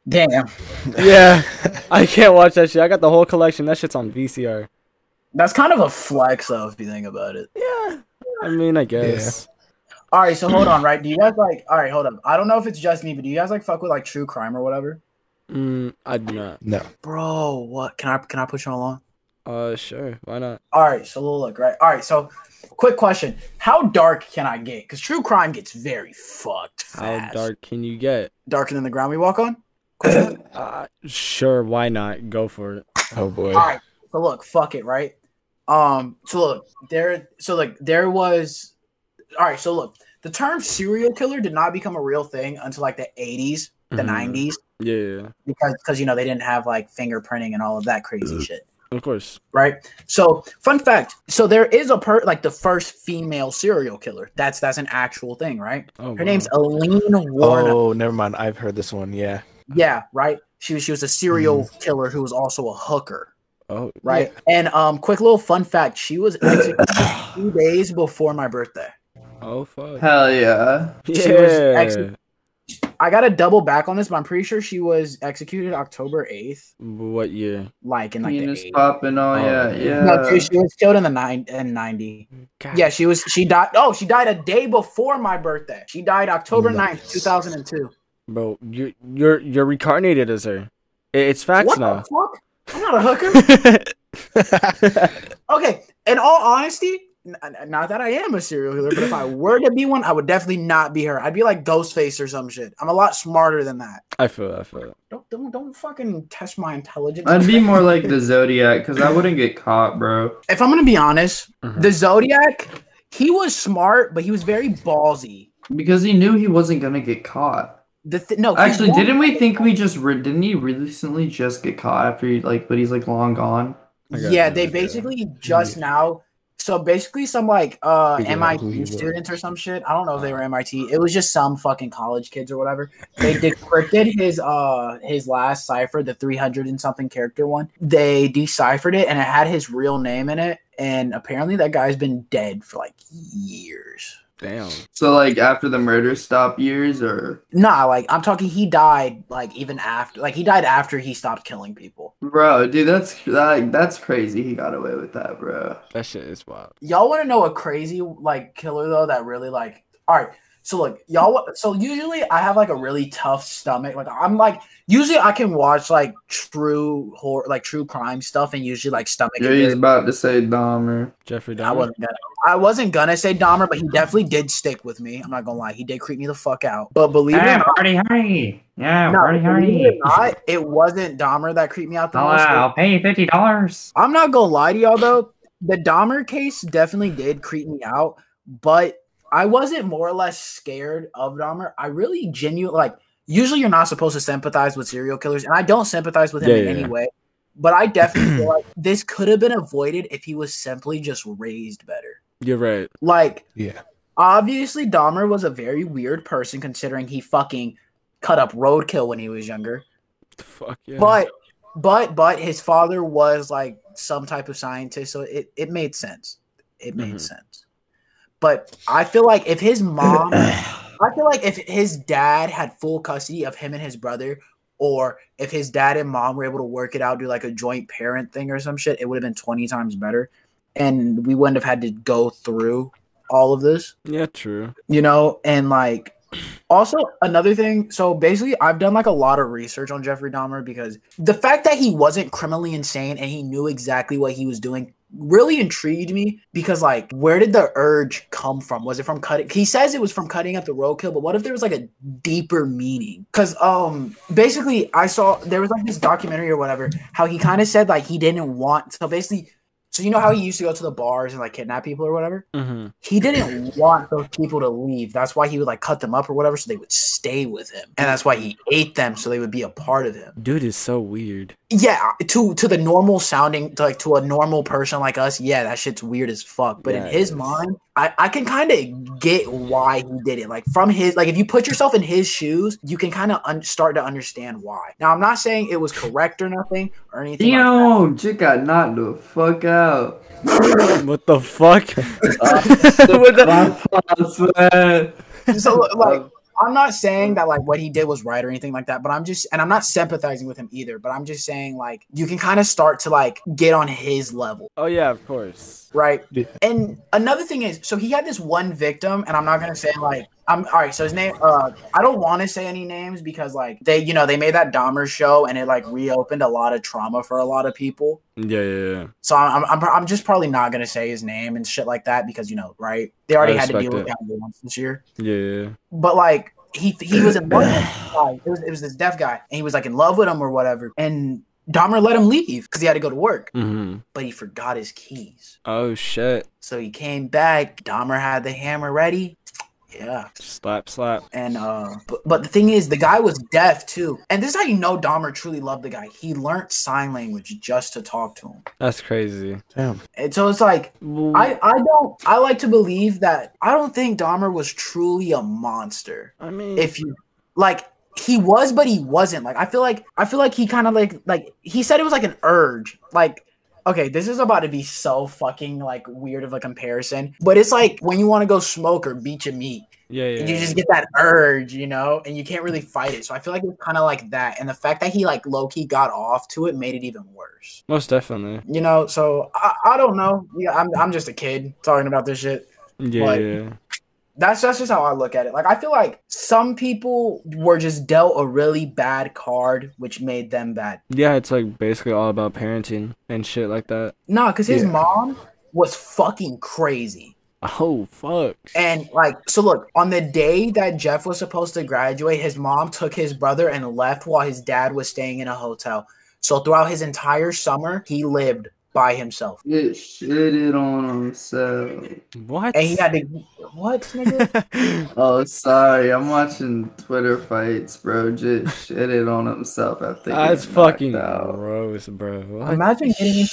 S3: Damn,
S2: Yeah, I can't watch that shit. I got the whole collection. That shit's on VCR.
S3: that's kind of a flex though if you think about it.
S2: Yeah, I mean, I guess.
S3: All right, so hold on, right? Do you guys like? All right, hold up. I don't know if it's just me, but do you guys like fuck with like true crime or whatever?
S2: Mm, I'd not.
S4: no.
S3: Bro, what can I can I push you along?
S2: Uh, sure. Why not?
S3: All right, so we'll look, right? All right, so quick question: How dark can I get? Because true crime gets very fucked
S2: How
S3: fast.
S2: dark can you get?
S3: Darker than the ground we walk on. Question?
S2: Uh, sure. Why not? Go for it.
S4: Oh boy.
S1: Ah,
S3: All right, so look, fuck it, right? Um, so look, there, so like there was. All right, so look, the term serial killer did not become a real thing until like the '80s, the
S2: Mhm.
S3: '90s,
S2: Yeah, yeah, yeah.
S3: because because you know they didn't have like fingerprinting and all of that crazy shit.
S2: of course.
S3: right? So, fun fact. So there is a per like the first female serial killer. That's that's an actual thing, right?
S2: Oh,
S3: Her name's
S2: wow.
S3: Aline Warner.
S4: Oh, never mind. I've heard this one. Yeah.
S3: Yeah, right. She was she was a serial killer who was also a hooker,
S2: Oh,
S3: right? And um, quick little fun fact. She was executed two days before my birthday.
S2: oh, fuck.
S1: Hell yeah.
S2: Yeah.
S3: She was actually- I got to double back on this, but I'm pretty sure she was executed October eighth,
S2: what year?
S3: like in like
S1: Penis
S3: the 80s.
S1: popping. Oh,
S2: Oh,
S1: yeah,
S2: yeah.
S1: yeah.
S3: No, dude, she was killed in the nine in ninety.
S2: God
S3: Yeah, she was. She died. Oh, she died a day before my birthday. She died October 9th, 2002.
S2: Bro, you're you're you're reincarnated as her. I- It's facts
S3: what
S2: now.
S3: the fuck? I'm not a hooker. okay, in all honesty, n- n- not that I am a serial killer, but if I were to be one, I would definitely not be her. I'd be like Ghostface or some shit. I'm a lot smarter than that.
S2: I feel it, I feel it.
S3: Don't don't, don't fucking test my intelligence.
S1: I'd be more like the Zodiac because I wouldn't get caught, bro.
S3: if I'm gonna be honest,
S1: Uh-huh.
S2: Mhm.
S3: the Zodiac, he was smart, but he was very ballsy.
S1: Because he knew he wasn't gonna get caught.
S3: The th- no, he
S1: Actually,
S3: wanted-
S1: didn't we think we just re- didn't he recently just get caught after he like, but he's like long gone.
S4: I got
S3: Yeah,
S4: no
S3: they
S4: idea.
S3: basically just now. So basically, some like uh,
S4: Figure out who Uh-huh. he
S3: MIT
S4: was.
S3: students or some shit. I don't know if they were MIT. It was just some fucking college kids or whatever. They decrypted his uh his last cipher, the three hundred and something character one. They deciphered it and it had his real name in it. And apparently, that guy's been dead for like years.
S2: Damn.
S1: So like after the murder stop years, or
S3: Nah, like I'm talking, he died like even after, like he died after he stopped killing people.
S1: bro, dude, that's that, that's crazy. He got away with that, bro.
S2: That shit is wild.
S3: y'all want to know a crazy like killer though that really like all right so look y'all wa- so usually i have like a really tough stomach like i'm like usually i can watch like true horror like true crime stuff and usually like stomach it
S1: Yeah, he's
S3: very-
S1: about to say Dahmer.
S2: Jeffrey
S3: I
S2: Dahmer.
S3: wasn't, gonna, I wasn't gonna say Dahmer, but he definitely did stick with me. I'm not gonna lie, he did creep me the fuck out. But believe it or not,
S1: Hardy Hardy. Yeah,
S3: no, believe it, or not, it wasn't Dahmer that creeped me out the most.
S1: uh, pay you fifty dollars.
S3: I'm not gonna lie to y'all though, the Dahmer case definitely did creep me out, but I wasn't more or less scared of Dahmer. I really genuinely like. Usually, you're not supposed to sympathize with serial killers, and I don't sympathize with him
S2: Yeah,
S3: in
S2: yeah,
S3: any
S2: yeah.
S3: way. But I definitely feel like this could have been avoided if he was simply just raised better.
S2: You're right.
S3: Like,
S4: Yeah.
S3: obviously, Dahmer was a very weird person considering he fucking cut up roadkill when he was younger.
S2: Fuck yeah.
S3: But but but his father was like some type of scientist, so it, it made sense. It made
S2: Mhm.
S3: sense. But I feel like if his mom I feel like if his dad had full custody of him and his brother, or if his dad and mom were able to work it out, do like a joint parent thing or some shit, it would have been twenty times better. And we wouldn't have had to go through all of this
S2: yeah, true.
S3: you know and like also another thing so basically i've done like a lot of research on jeffrey dahmer because the fact that he wasn't criminally insane and he knew exactly what he was doing really intrigued me because like where did the urge come from was it from cutting he says it was from cutting up the roadkill but what if there was like a deeper meaning because um basically i saw there was like this documentary or whatever how he kind of said like he didn't want so basically so you know how he used to go to the bars and like kidnap people or whatever
S2: hmm
S3: he didn't want those people to leave. That's why he would like cut them up or whatever, so they would stay with him, and that's why he ate them, so they would be a part of him.
S2: Dude is so weird.
S3: yeah, to to the normal sounding, to like to a normal person like us, yeah, that shit's weird as fuck. But in
S2: Yeah, it
S3: his
S2: is.
S3: mind, I I can kind of get why he did it. Like from his, like if you put yourself in his shoes, you can kind of un- start to understand why. Now, I'm not saying it was correct or nothing or anything. like
S1: Damn, chick got knocked the fuck out.
S2: What the fuck?
S1: What the man.
S3: so like I'm not saying that like what he did was right or anything like that, but I'm just and I'm not sympathizing with him either, but I'm just saying like you can kind of start to like get on his level,
S2: Oh yeah, of course.
S3: right?
S4: Yeah.
S3: And another thing is so he had this one victim and I'm not going to say like I'm all right, so his name uh I don't want to say any names because like they you know, they made that Dahmer show and it like reopened a lot of trauma for a lot of people.
S2: Yeah, yeah, yeah.
S3: So I'm, I'm, I'm just probably not gonna say his name and shit like that because you know, right? They already had to deal
S2: respect
S3: with
S2: it.
S3: that once this year
S2: Yeah, yeah.
S3: but like he he was in love with this guy. It was, it was this deaf guy, and he was like in love with him or whatever. And Dahmer let him leave because he had to go to work,
S2: Mm-hmm.
S3: but he forgot his keys.
S2: Oh shit.
S3: So he came back. Dahmer had the hammer ready. Yeah,
S2: Slap, slap.
S3: and uh, but, but the thing is, the guy was deaf too, and this is how you know Dahmer truly loved the guy. He learned sign language just to talk to him,
S2: That's crazy.
S4: Damn.
S3: and so it's like
S2: I,
S3: I I don't I like to believe that I don't think Dahmer was truly a monster.
S2: I mean,
S3: if you like he was but he wasn't like i feel like i feel like he kind of like like he said it was like an urge like okay this is about to be so fucking like weird of a comparison but it's like when you want to go smoke or beach a meat
S2: yeah, yeah.
S3: and you
S2: yeah.
S3: just get that urge you know and you can't really fight it so i feel like it's kind of like that and the fact that he like low-key got off to it made it even worse
S2: Most definitely.
S3: you know so i, I don't know yeah I'm, I'm just a kid talking about this shit
S2: Yeah,
S3: Like-
S2: yeah.
S3: that's that's just how I look at it. Like I feel like some people were just dealt a really bad card, which made them bad.
S2: Yeah, it's like basically all about parenting and shit like that.
S3: Nah, because his
S4: Yeah.
S3: mom was fucking crazy.
S2: Oh fuck.
S3: And like, so look, on the day that Jeff was supposed to graduate, his mom took his brother and left while his dad was staying in a hotel. So throughout his entire summer, he lived by himself.
S1: Get shitted on himself.
S2: What?
S3: And he had to what, nigga?
S1: Oh, sorry. I'm watching Twitter fights, bro. Just shitted on himself after he
S2: That's
S1: got knocked
S2: fucking
S1: out.
S2: gross, bro. What?
S3: Imagine getting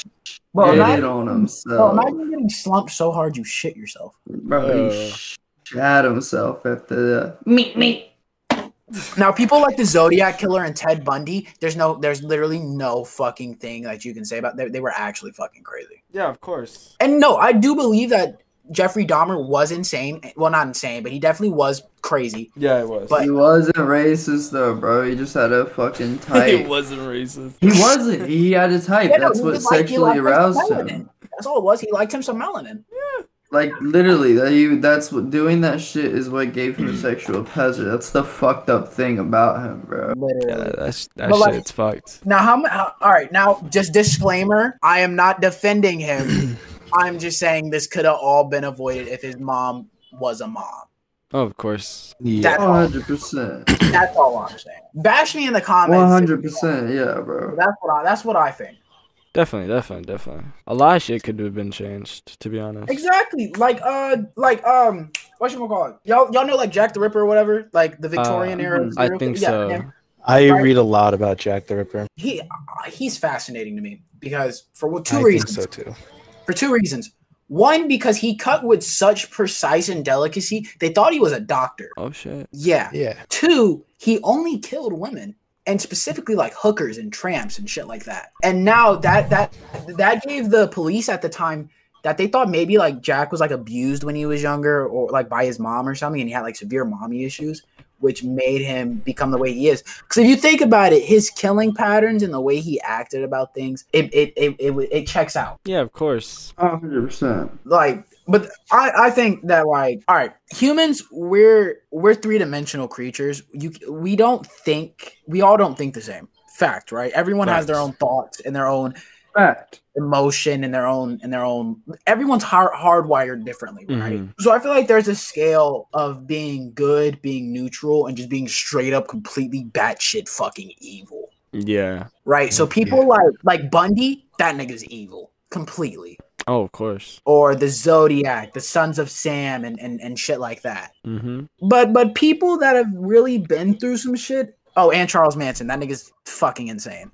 S1: Bro,
S3: bro, imagine,
S1: on
S3: bro,
S1: himself.
S3: imagine getting slumped so hard you shit yourself.
S1: bro, he
S2: Uh.
S1: shat himself after that. Me, me.
S3: Now, people like the Zodiac Killer and Ted Bundy, there's no, there's literally no fucking thing that you can say about. They, they were actually fucking crazy.
S2: yeah, of course.
S3: And no, I do believe that Jeffrey Dahmer was insane. Well, not insane, but he definitely was crazy.
S2: Yeah, it was.
S3: But-
S1: He wasn't racist though, bro. He just had a fucking type.
S2: wasn't racist.
S1: he wasn't. He had a type.
S3: Yeah, no,
S1: That's
S3: he
S1: what
S3: was like- he
S1: sexually
S3: liked him
S1: aroused
S3: some
S1: him.
S3: melanin. That's all it was. He liked him some melanin.
S1: Like literally, that you. That's what doing that shit is what gave him sexual pleasure. That's the fucked up thing about him, bro.
S3: Literally.
S4: Yeah, that, that's that
S3: But, like-
S4: shit's fucked.
S3: Now, how, mu- how? All right. Now, just disclaimer: I am not defending him. I'm just saying this could have all been avoided if his mom was a mom.
S2: Oh, of course.
S4: Yeah.
S3: That's all.
S1: 100 percent.
S3: That's all I'm saying. Bash me in the comments.
S1: 100 percent. Yeah, bro.
S3: That's what I, that's what I think.
S2: Definitely, definitely, definitely. A lot of shit could have been changed, to be honest.
S3: Exactly. Like uh like um what you call it? Y'all y'all know like Jack the Ripper or whatever? Like the Victorian
S2: Uh,
S3: era.
S1: mhm.
S2: I
S3: serial
S2: think
S3: killer?
S2: so.
S3: and
S4: I
S3: Right.
S4: read a lot about Jack the Ripper.
S3: He uh, he's fascinating to me because for what two
S4: I think
S3: reasons.
S4: so too.
S3: For two reasons. One because he cut with such precise and delicacy, they thought he was a doctor.
S2: Oh shit.
S3: Yeah.
S4: Yeah.
S3: Two, he only killed women and specifically like hookers and tramps and shit like that. And now that that that gave the police at the time that they thought maybe like Jack was like abused when he was younger or like by his mom or something and he had like severe mommy issues which made him become the way he is. Cuz if you think about it, his killing patterns and the way he acted about things, it it it it, it, it checks out
S2: Yeah, of course.
S1: 100 percent.
S3: like but I, I think that like all right humans we're we're three-dimensional creatures you we don't think we all don't think the same fact right everyone has their
S2: Facts.
S3: own thoughts and their own
S1: Fact.
S3: emotion and their own and their own everyone's hard, hardwired differently right
S2: Mhm.
S3: so i feel like there's a scale of being good being neutral and just being straight up completely batshit fucking evil
S2: Yeah.
S3: right so people
S4: Yeah.
S3: like like bundy that nigga's evil completely
S2: Oh, of course.
S3: or the Zodiac, the Sons of Sam, and, and, and shit like that.
S2: Mm-hmm.
S3: But but people that have really been through some shit. Oh, and Charles Manson, that nigga's fucking insane.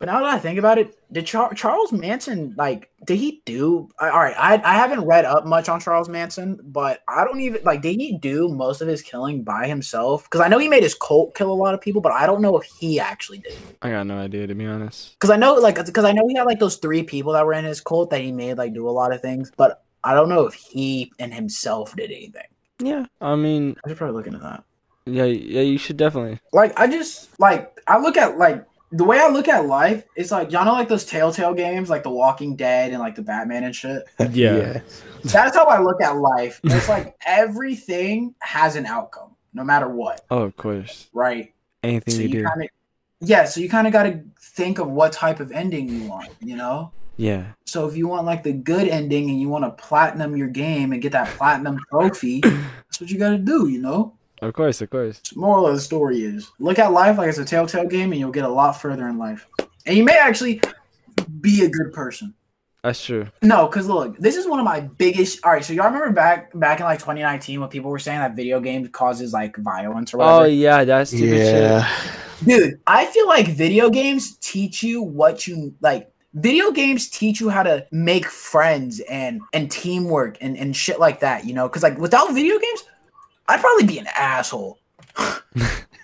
S3: But now that I think about it, did Char- Charles Manson like did he do? I- All right, I I haven't read up much on Charles Manson, but I don't even like did he do most of his killing by himself? Because I know he made his cult kill a lot of people, but I don't know if he actually did.
S2: I got no idea to be honest.
S3: Because I know like because I know he had like those three people that were in his cult that he made like do a lot of things, but I don't know if he and himself did anything.
S2: Yeah, I mean,
S3: I should probably look into that.
S2: yeah, yeah, you should definitely.
S3: like I just like I look at like the way I look at life is like y'all know like those Telltale games like The Walking Dead and like the Batman and shit. That's how I look at life. It's like everything has an outcome, no matter what,
S2: Oh, of course.
S3: right?
S2: Anything
S3: So
S2: you,
S3: you
S2: do.
S3: kind of yeah, so you kind of got to think of what type of ending you want, you know.
S2: Yeah.
S3: So if you want like the good ending and you want to platinum your game and get that platinum trophy, that's what you got to do, you know.
S2: Of course, of course.
S3: moral of the story is look at life like it's a telltale game and you'll get a lot further in life and you may actually be a good person
S2: That's true.
S3: no because look this is one of my biggest all right so y'all remember back back in like 2019 when people were saying that video games causes like violence or
S2: Oh
S3: whatever
S2: yeah, that's stupid shit.
S4: Yeah.
S3: dude i feel like video games teach you what you like video games teach you how to make friends and and teamwork and and shit like that you know because like without video games i'd probably be an asshole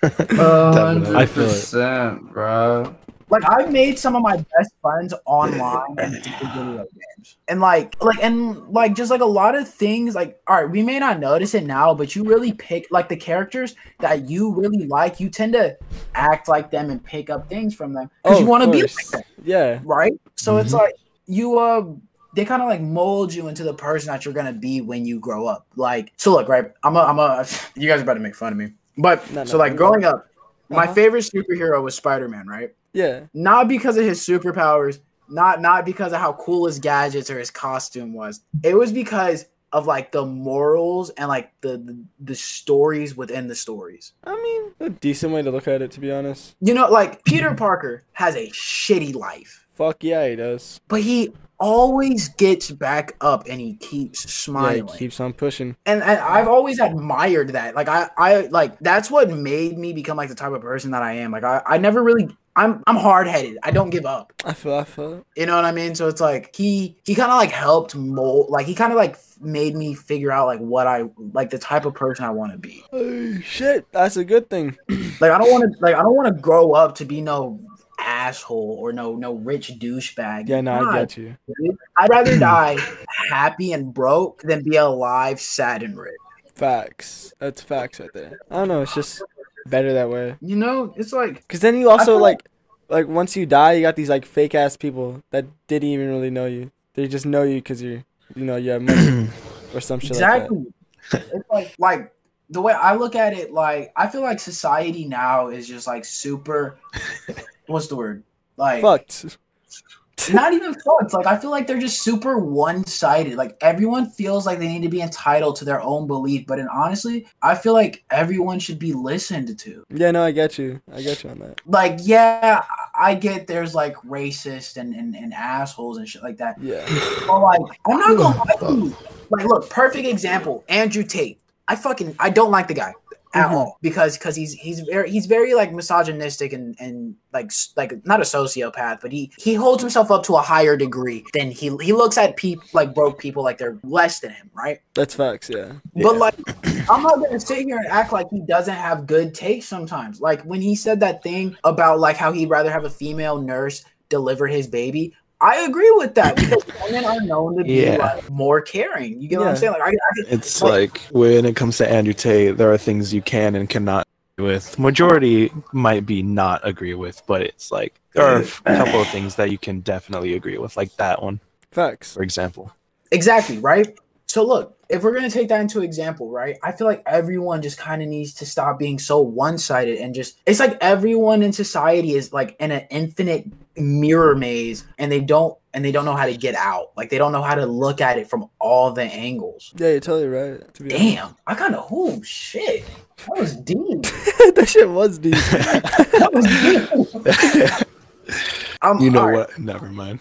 S4: Uh,
S1: hundred
S2: I feel it.
S1: percent, bro.
S3: Like I've made some of my best friends online and through video games. And like like and like just like a lot of things like all right, we may not notice it now, but you really pick like the characters that you really like, you tend to act like them and pick up things from them cuz
S2: Oh,
S3: you
S2: of
S3: want to be like
S2: course.
S3: them,
S2: Yeah.
S3: right? So it's
S4: Mhm.
S3: like you uh they kind of like mold you into the person that you're going to be when you grow up. Like so look, right? I'm a I'm a you guys are about to make fun of me. But
S2: No,
S3: so
S2: no,
S3: like
S2: no.
S3: growing up, my
S2: Uh-huh.
S3: favorite superhero was Spider-Man, right?
S2: Yeah.
S3: not because of his superpowers, not not because of how cool his gadgets or his costume was. It was because of like the morals and like the the, the stories within the stories.
S2: I mean, a decent way to look at it, to be honest.
S3: You know, like Peter Parker has a shitty life,
S2: Fuck yeah, he does.
S3: but he always gets back up and he keeps
S2: Yeah, he
S3: smiling.
S2: keeps on pushing.
S3: and, and I've always admired that. Like I, I like that's what made me become like the type of person that I am. Like I, I never really I'm I'm hard headed. I don't give up.
S2: I feel, I feel.
S3: You know what I mean? So it's like he he kind of like helped mold, like he kind of like f- made me figure out like what I like the type of person I want to be.
S2: Oh shit, that's a good thing.
S3: Like I don't want to like I don't want to grow up to be no asshole or no no rich douchebag.
S2: Yeah, no,
S3: Nah,
S2: I get you.
S3: dude. I'd rather die happy and broke than be alive sad and rich.
S2: Facts. That's facts right there. I don't know. It's just better that way.
S3: You know, it's like
S2: Cause then you also
S3: feel
S2: like,
S3: like-
S2: like once you die, you got these like fake ass people that didn't even really know you. They just know you because you're, you know, you have money or some shit like that.
S3: exactly. it's like like the way I look at it, like I feel like society now is just like super. what's the word? Like
S2: Fucked.
S3: not even fucked. Like I feel like they're just super one-sided. Like everyone feels like they need to be entitled to their own belief, but and honestly, I feel like everyone should be listened to.
S2: Yeah, no, I get you. I get you on that.
S3: Like, yeah, I get there's like racist and and, and assholes and shit like that.
S2: Yeah.
S3: But like, I'm not gonna lie to you. Like, look, perfect example, Andrew Tate. I fucking I don't like the guy at
S2: Mhm.
S3: all because because he's he's very he's very like misogynistic and and like s- like not a sociopath but he he holds himself up to a higher degree than he he looks at people like broke people like they're less than him right
S2: That's facts. Yeah.
S3: but like, I'm not gonna sit here and act like he doesn't have good takes sometimes. Like when he said that thing about like how he'd rather have a female nurse deliver his baby. I agree with that because women are known to be
S4: Yeah.
S3: like, more caring. You get what I'm
S2: Yeah.
S3: saying? Like, I, I,
S4: It's like when it comes to Andrew Tate, there are things you can and cannot agree with. Majority might be not agree with, but it's like there are a couple of things that you can definitely agree with, like that one,
S2: Facts.
S4: for example.
S3: Exactly, right? So look, if we're gonna take that into example, right? I feel like everyone just kind of needs to stop being so one-sided and just it's like everyone in society is like in an infinite mirror maze and they don't and they don't know how to get out. Like they don't know how to look at it from all the angles.
S2: Yeah, you're totally right. To be honest.
S3: Damn, I kind of oh shit. That was deep.
S2: that shit was deep.
S3: That was deep. I'm,
S4: You know
S3: all right.
S4: what? Never mind.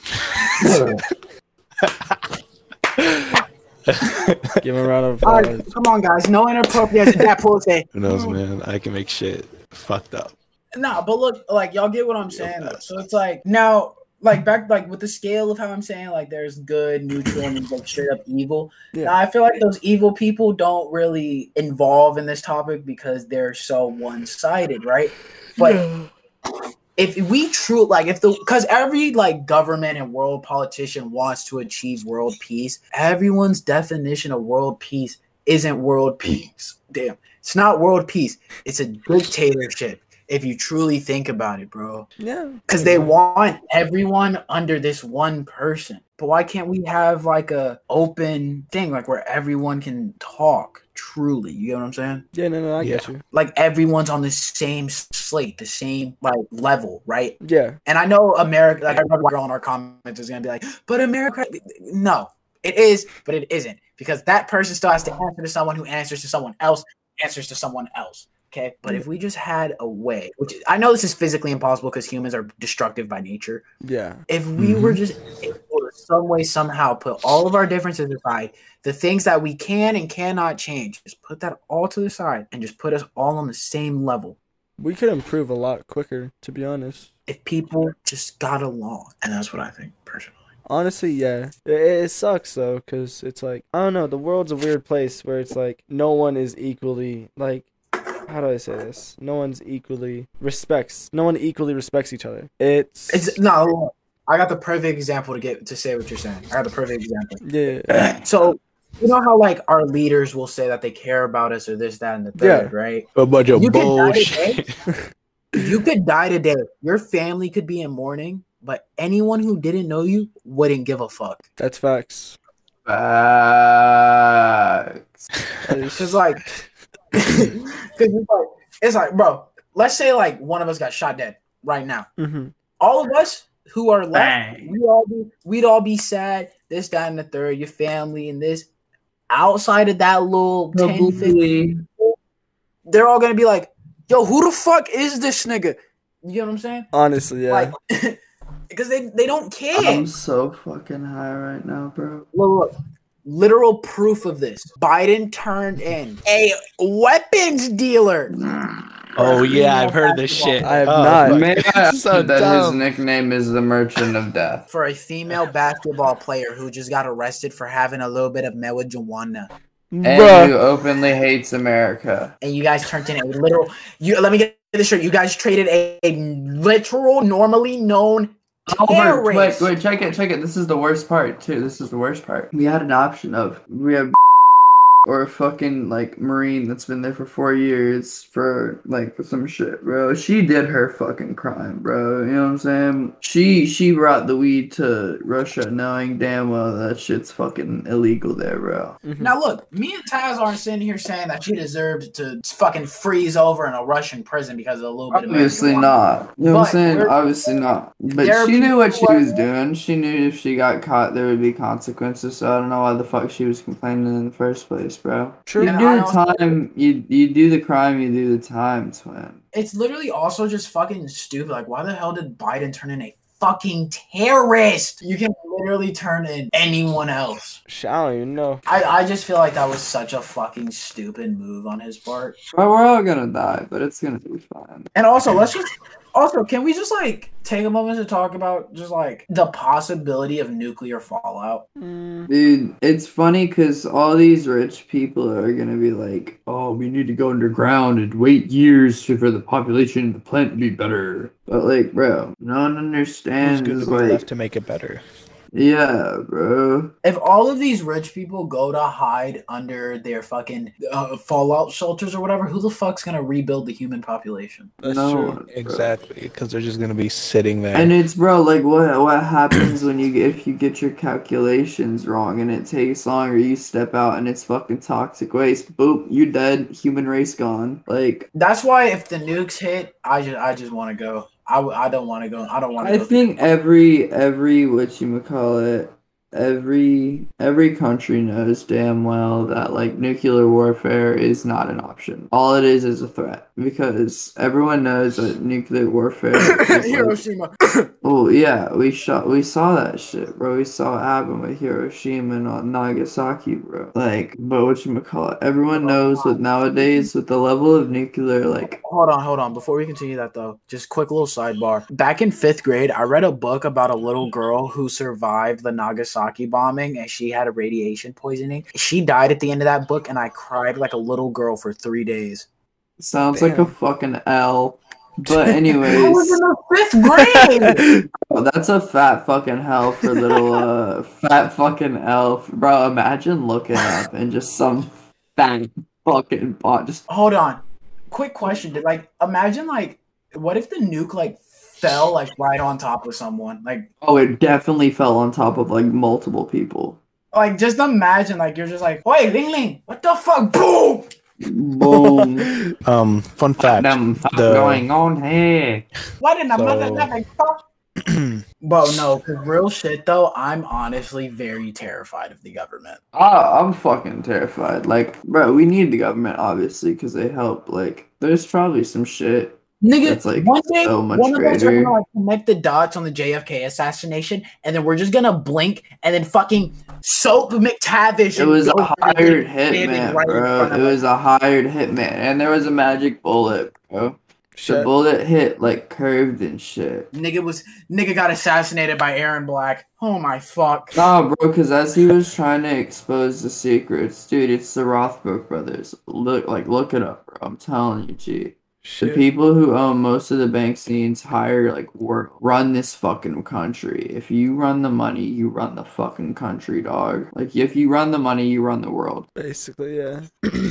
S2: Give him a round of
S3: All
S2: applause.
S3: right, come on, guys. No inappropriate that pull say.
S4: Who knows, man? I can make shit fucked up.
S3: Nah, but look, like y'all get what I'm saying. Though. So it's like now, like back, like with the scale of how I'm saying, like there's good, neutral, and like straight up evil.
S2: Yeah.
S3: Now, I feel like those evil people don't really involve in this topic because they're so one sided, right? But if we true like if the because every like government and world politician wants to achieve world peace, everyone's definition of world peace isn't world peace. Damn, it's not world peace. It's a dictatorship. If you truly think about it, bro,
S2: Yeah.
S3: because they want everyone under this one person. But why can't we have like a open thing, like where everyone can talk? Truly, you get what I'm saying?
S2: Yeah, no, no, I get you.
S3: Like everyone's on the same slate, the same like level, right?
S2: Yeah.
S3: And I know America, like every girl in our comments is gonna be like, but America, no, it is, but it isn't because that person still has to answer to someone who answers to someone else, answers to someone else. Okay, but if we just had a way, which is, I know this is physically impossible because humans are destructive by nature.
S2: Yeah.
S3: If we were just able to some way somehow put all of our differences aside, the things that we can and cannot change, just put that all to the side and just put us all on the same level.
S2: We could improve a lot quicker, to be honest.
S3: If people just got along, and that's what I think personally.
S2: Honestly, yeah. It, it sucks though, because it's like, I don't know, the world's a weird place where it's like no one is equally, like, how do I say this? No one's equally respects. No one equally respects each other. It's.
S3: It's no. I got the perfect example to get to say what you're saying. I got the perfect example.
S2: yeah.
S3: So you know how like our leaders will say that they care about us or this, that, and the third, right?
S4: A bunch of
S3: You can die
S4: bullshit.
S3: You could die today. Your family could be in mourning, but anyone who didn't know you wouldn't give a fuck.
S2: That's facts.
S1: Facts.
S2: That is-
S3: Cause like, 'cause it's like, it's like, bro. Let's say like one of us got shot dead right now.
S2: Mhm.
S3: all of us who are left,
S1: Bang.
S3: we all be, we'd all be sad. This, that, and the third, your family, and this. Outside of that little 10, 15, they're all gonna be like, "Yo, who the fuck is this nigga?" You know what I'm saying?
S2: Honestly, yeah.
S3: Like, because they they don't care.
S1: I'm so fucking high right now, bro.
S3: Look, look, literal proof of this. Biden turned in a weapons dealer.
S4: Oh yeah, I've heard this shit.
S2: I have
S4: Oh,
S2: not.
S4: fuck.
S1: May I
S4: So
S1: add that his
S4: dumb.
S1: nickname is the Merchant of Death?
S3: For a female basketball player who just got arrested for having a little bit of marijuana.
S1: And
S2: Bruh.
S1: who openly hates America.
S3: and you guys turned in a literal. You let me get this straight. You guys traded a, a literal, normally known
S1: Oh, wait, wait,
S3: terrorist.
S1: wait, check it, check it. This is the worst part, too. This is the worst part. We had an option of we have or a fucking like Marine that's been there for four years for like for some shit, bro. She did her fucking crime, bro. You know what I'm saying? She she brought the weed to Russia, knowing damn well that shit's fucking illegal there, bro.
S3: Now look, me and Taz aren't sitting here saying that she deserved to fucking freeze over in a Russian prison because of a little bit of
S1: Obviously
S3: marijuana.
S1: not. You know what I'm
S3: But
S1: saying?
S3: there-
S1: Obviously not.
S3: there are
S1: But she knew what she
S3: people-
S1: was doing. She knew if she got caught, there would be consequences. So I don't know why the fuck she was complaining in the first place, bro.
S2: True.
S1: You
S3: And
S1: do
S3: I
S1: the
S3: also-
S1: time. You you do the crime. You do the time, twin.
S3: It's literally also just fucking stupid. Like, why the hell did Biden turn in a fucking terrorist? You can literally turn in anyone else.
S2: Sh- I don't even know.
S3: I, I just feel like that was such a fucking stupid move on his part.
S1: Bro, we're all gonna die, but it's gonna be fine.
S3: And also, let's just also can we just like take a moment to talk about just like the possibility of nuclear fallout?
S2: Mm,
S1: Dude, it's funny because all these rich people are gonna be like, "Oh, we need to go underground and wait years to- for the population of the planet to be better." But like, bro, no one
S4: Who's
S1: understands.
S4: good to be
S1: like,
S4: left to make it better?
S1: Yeah, bro.
S3: If all of these rich people go to hide under their fucking uh, fallout shelters or whatever, who the fuck's gonna rebuild the human population?
S2: that's
S1: no
S2: true.
S1: one, bro.
S4: Exactly, because they're just gonna be sitting there.
S1: And it's bro, like what what happens when you get- if you get your calculations wrong and it takes longer, you step out and it's fucking toxic waste. Boop, you dead. Human race gone. Like
S3: That's why if the nukes hit, I just I just want to go. I, w- I don't want to go. I don't want
S1: I
S3: to go.
S1: think every every what you call it every every country knows damn well that like nuclear warfare is not an option. All it is is a threat because everyone knows that nuclear warfare. Is, like,
S3: Hiroshima.
S1: oh yeah, we shot, we saw that shit, bro. We saw what happened with Hiroshima and uh, Nagasaki, bro. Like, but what you call it? Everyone knows that nowadays with the level of nuclear, like,
S3: hold on, hold on. Before we continue that though, just quick little sidebar. Back in fifth grade, I read a book about a little girl who survived the Nagasaki bombing and she had a radiation poisoning. She died at the end of that book, and I cried like a little girl for three days.
S1: sounds like a
S2: Damn.
S1: fucking L. But
S3: I was in
S1: anyways,
S3: the fifth grade.
S1: oh, that's a fat fucking hell for little uh fat fucking elf, bro. Imagine looking up and just some fat fucking bot just
S3: hold on. Quick question. Did like imagine like what if the nuke like fell like right on top of someone? Like
S1: oh, it definitely fell on top of like multiple people.
S3: like just imagine like you're just like, wait, Ling Ling, what the fuck? Boom!
S1: Boom.
S4: Um, fun fact.
S1: Them
S4: the-
S1: going on here.
S3: Why didn't I mother
S4: So-
S3: never fuck? Bro, no, for real shit though, I'm honestly very terrified of the government.
S1: Ah, I'm fucking terrified. Like, bro, we need the government obviously because they help. Like, there's probably some shit.
S3: Nigga,
S1: That's, like,
S3: one day
S1: so much
S3: one of us are
S1: greater.
S3: gonna like connect the dots on the JFK assassination, and then we're just gonna blink and then fucking soap
S1: It
S3: McTavish. and
S1: was a
S3: Gopher are
S1: hired
S3: gonna stand in
S1: hitman,
S3: right in
S1: bro.
S3: front of
S1: It
S3: us.
S1: was a hired hitman, and there was a magic bullet, bro. The
S2: Shit.
S1: bullet hit like curved and shit.
S3: Nigga was nigga got assassinated by Aaron Black. Oh my fuck.
S1: Nah, bro, because as he was trying to expose the secrets, dude, it's the Rothbrook brothers. Look, like, look it up, bro. I'm telling you, G. The
S2: Shit.
S1: people who own most of the bank scenes hire like work run this fucking country. If you run the money, you run the fucking country, dog. Like if you run the money, you run the world.
S2: Basically, yeah.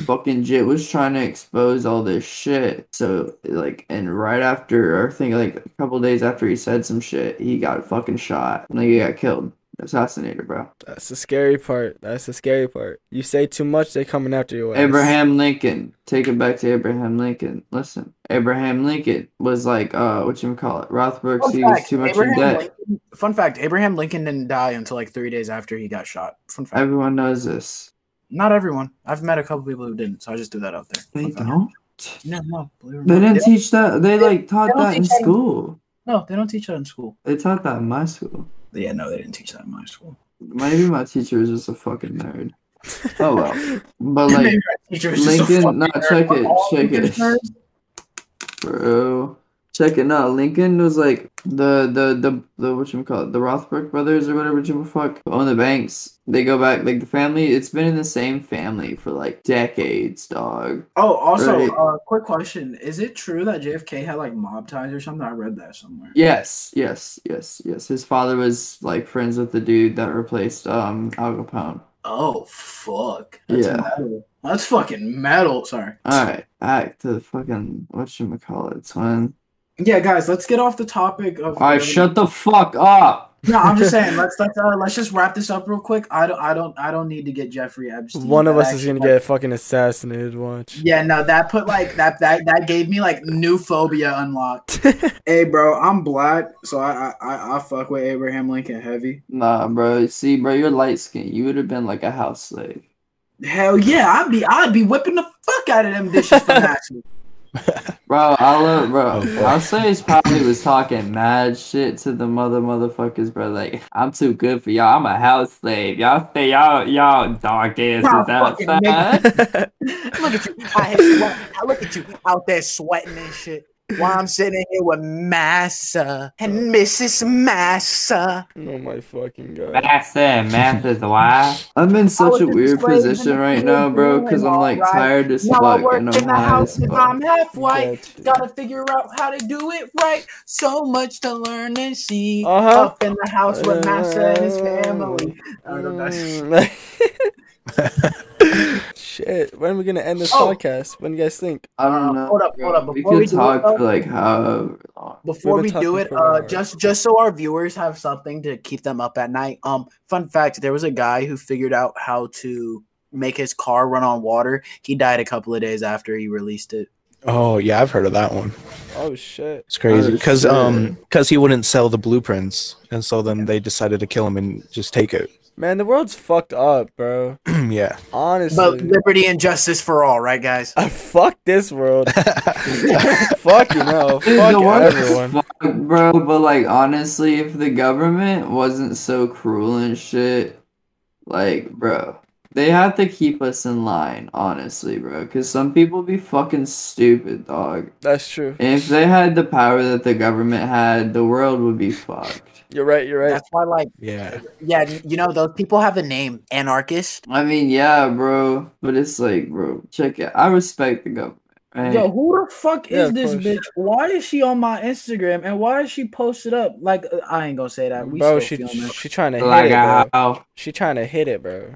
S1: fucking Jit was trying to expose all this shit. So like and right after I think like a couple days after he said some shit, he got fucking shot. Like he got killed. Assassinated, bro.
S2: That's the scary part. That's the scary part. You say too much, they coming after you.
S1: Abraham Lincoln. Take it back to Abraham Lincoln. Listen, Abraham Lincoln was like, uh, what you call it? Rothbard. He was too much in debt.
S3: Lincoln, fun fact, Abraham Lincoln didn't die until like three days after he got shot. Fun fact.
S1: Everyone knows this.
S3: Not everyone. I've met a couple people who didn't, so I just threw that out there.
S1: They
S3: Fun fact.
S1: don't.
S3: No, no. believe it or
S1: They
S3: not.
S1: didn't
S3: They don't-
S1: teach that. They like taught
S3: don't
S1: that in
S3: teach that in-
S1: school.
S3: no, they don't teach that in school.
S1: They taught that in my school.
S3: Yeah, no, they didn't teach that in my school.
S1: Maybe my teacher was just a fucking nerd. Oh well. But like,
S3: Teacher was just a
S1: Lincoln,
S3: fucking
S1: no,
S3: nerd.
S1: check it,
S3: All
S1: check
S3: teachers
S1: it,
S3: nerds.
S1: bro. Check it. No, Lincoln was like the the the the what you call it, the Rothbard brothers or whatever you fuck own the banks. They go back like the family. It's been in the same family for like decades, dog.
S3: Oh, also,
S1: Right.
S3: uh, quick question: Is it true that JFK had like mob ties or something? I read that somewhere.
S1: Yes, yes, yes, yes. His father was like friends with the dude that replaced um Al Capone.
S3: Oh fuck. That's
S1: Yeah.
S3: metal. That's fucking metal. Sorry.
S1: All right, back to the fucking whatchamacallit, twin.
S3: Yeah, guys, let's get off the topic of.
S1: All right, shut the fuck up.
S3: No, I'm just saying. Let's let's uh, let's just wrap this up real quick. I don't I don't I don't need to get Jeffrey Epstein.
S2: One of
S3: That
S2: us is
S3: actually,
S2: gonna get fucking assassinated. Watch.
S3: Yeah, no, that put like that that that gave me like new phobia unlocked. hey, bro, I'm black, so I I- I I fuck with Abraham Lincoln heavy.
S1: Nah, bro. See, bro, you're light skinned. You would have been like a house slave.
S3: Hell yeah, I'd be I'd be whipping the fuck out of them dishes for Nazi.
S1: Bro, I love, bro.
S4: Oh, boy.
S1: House slaves probably was talking mad shit to the mother motherfuckers, bro. Like, I'm too good for y'all. I'm a house slave. Y'all say y'all, y'all dark asses
S3: Y'all fucking
S1: outside.
S3: Look at you. I have sweat. I look at you out there sweating and shit. While I'm sitting in here with Massa and Mrs. Massa.
S2: oh my fucking god.
S1: Math and math is why. I'm in such
S3: was
S1: a
S3: just
S1: weird
S3: slaves in
S1: position
S3: the
S1: right
S3: field
S1: now, bro,
S3: doing
S1: because I'm
S3: all
S1: like
S3: right.
S1: tired as
S3: Now I
S1: fuck
S3: work in
S1: and
S3: the
S1: I'm high
S3: house
S1: as
S3: if
S1: fuck.
S3: I'm half white.
S2: Gotcha.
S3: Gotta figure out how to do it right. So much to learn and see.
S2: Uh-huh.
S3: Up in the house with Massa and his family.
S2: Oh,
S3: I don't know.
S2: Mm. Shit. When are we gonna end this
S3: Oh.
S2: podcast? When do you guys think?
S1: I don't
S3: Uh,
S1: know.
S3: hold up,
S1: bro.
S3: hold up,
S1: We
S3: before we
S1: could
S3: do it,
S1: talk
S3: though-
S1: for like however long.
S3: Before
S2: We've been
S3: we
S2: talking
S3: do it,
S2: for an
S3: uh,
S2: hour.
S3: just just so our viewers have something to keep them up at night. Um, fun fact: there was a guy who figured out how to make his car run on water. He died a couple of days after he released it.
S4: Oh yeah, I've heard of that one.
S2: Oh shit.
S4: It's crazy
S1: Oh,
S4: because
S1: shit.
S4: um because he wouldn't sell the blueprints, and so then they decided to kill him and just take it.
S2: Man, the world's fucked up, bro.
S4: yeah.
S3: But
S2: Honestly.
S3: liberty and justice for all, right, guys?
S2: I fuck this world. Fucking hell. Fuck everyone.
S1: bro. But like, honestly, if the government wasn't so cruel and shit, like, bro, they have to keep us in line, honestly, bro. Because some people be fucking stupid, dog.
S2: That's true.
S1: And if they had the power that the government had, the world would be fucked.
S2: You're right, you're right.
S3: That's why, like,
S4: Yeah.
S3: yeah, you know, those people have a name, anarchist.
S1: I mean, yeah, bro, but it's like, bro, check it. I respect the government, right?
S6: Yo, who the fuck
S2: Yeah,
S6: is
S2: of
S6: this
S2: course.
S6: bitch? Why is she on my Instagram and why is she posted up? Like uh, I ain't gonna say that. We
S2: Bro, she
S6: still filming.
S2: she trying to hit
S1: like, uh,
S2: it, bro.
S1: how?
S2: She trying to hit it, bro.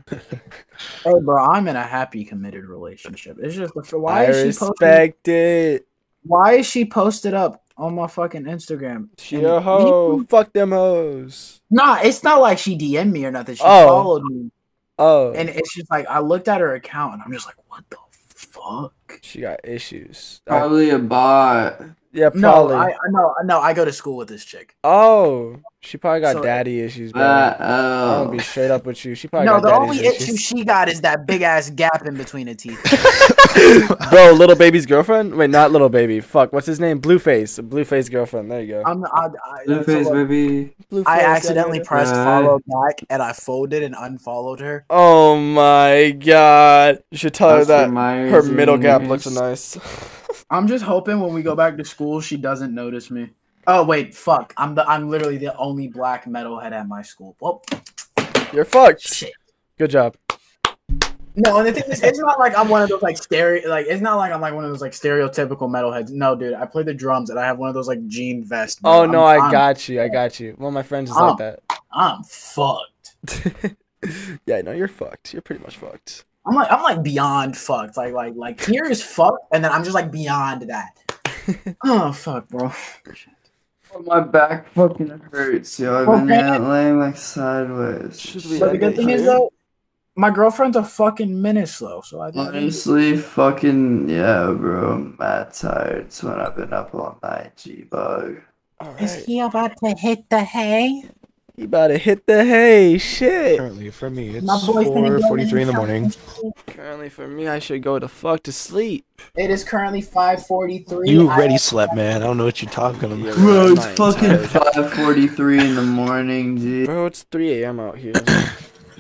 S6: Hey, bro, I'm in a happy, committed relationship. It's just why
S2: I
S6: is she posted?
S2: respect it.
S6: Why is she posted up on my fucking Instagram?
S2: She
S6: And
S2: a hoe.
S6: people-
S2: Fuck them hoes.
S6: Nah, it's not like she DM'd me or nothing. She
S2: Oh.
S6: followed me,
S2: Oh,
S6: and it's just like I looked at her account and I'm just like, what the fuck?
S2: she got issues. I-
S1: Probably a bot.
S2: yeah,
S3: No,
S2: probably.
S3: I, I know, no, I go to school with this chick.
S2: oh, she probably got
S6: So-
S2: daddy issues, bro.
S1: But,
S2: I'm
S1: oh.
S2: gonna be straight up with you. She probably
S3: No,
S2: got
S3: the
S2: daddy
S3: only
S2: issues.
S3: issue she got is that big ass gap in between the teeth.
S2: bro, little baby's girlfriend? Wait, not little baby. Fuck, what's his name? Blueface. Blueface girlfriend. There you go.
S3: I'm, I, I,
S1: Blueface, baby.
S2: Blueface,
S3: I
S2: yeah,
S3: accidentally
S2: yeah, yeah.
S3: pressed
S1: Right.
S3: follow back and I folded and unfollowed her.
S2: Oh my god! You should tell her
S1: Oscar
S2: that
S1: Myers
S2: her middle
S1: and
S2: gap
S1: Myers.
S2: looks nice.
S6: I'm just hoping when we go back to school, she doesn't notice me.
S3: Oh wait, fuck! I'm the I'm literally the only black metalhead at my school. Well,
S2: You're fucked.
S3: shit.
S2: Good job.
S3: No, and the thing is,
S6: It's not like I'm one of those like stereo like it's not like I'm like one of those like stereotypical metalheads. No, dude, I play the drums and I have one of those like jean vests.
S2: Oh no,
S6: i
S2: I got you. I got you. One of my friends is
S6: I'm-
S2: like that.
S3: I'm fucked.
S2: yeah, no, you're fucked. You're pretty much fucked.
S3: I'm like I'm like beyond fucked. Like like like here is fucked, and then I'm just like beyond that.
S6: Oh fuck, bro.
S1: Oh, my back fucking hurts, yo. I've been
S6: Okay.
S1: out laying like sideways.
S2: Should we
S6: But the
S2: end
S6: good
S2: it
S6: thing is
S2: here?
S6: though, my girlfriend's a fucking menace though, so I think
S1: Honestly, fucking yeah, bro. I'm mad tired. It's when I've been up all night, G bug.
S2: All
S3: Is
S2: right.
S3: he about to hit the hay?
S2: You about to hit the hay. Shit.
S4: Currently, for me, it's
S3: My boy's gonna go
S4: 4:43 in the morning.
S2: Currently, for me, I should go to fuck to sleep.
S3: It is currently 5:43.
S4: You
S3: I-
S4: already slept, man. I don't know what you're talking about.
S1: Bro, it's
S2: Night.
S1: fucking five forty three in the morning, G.
S2: Bro, it's 3 a.m. out here.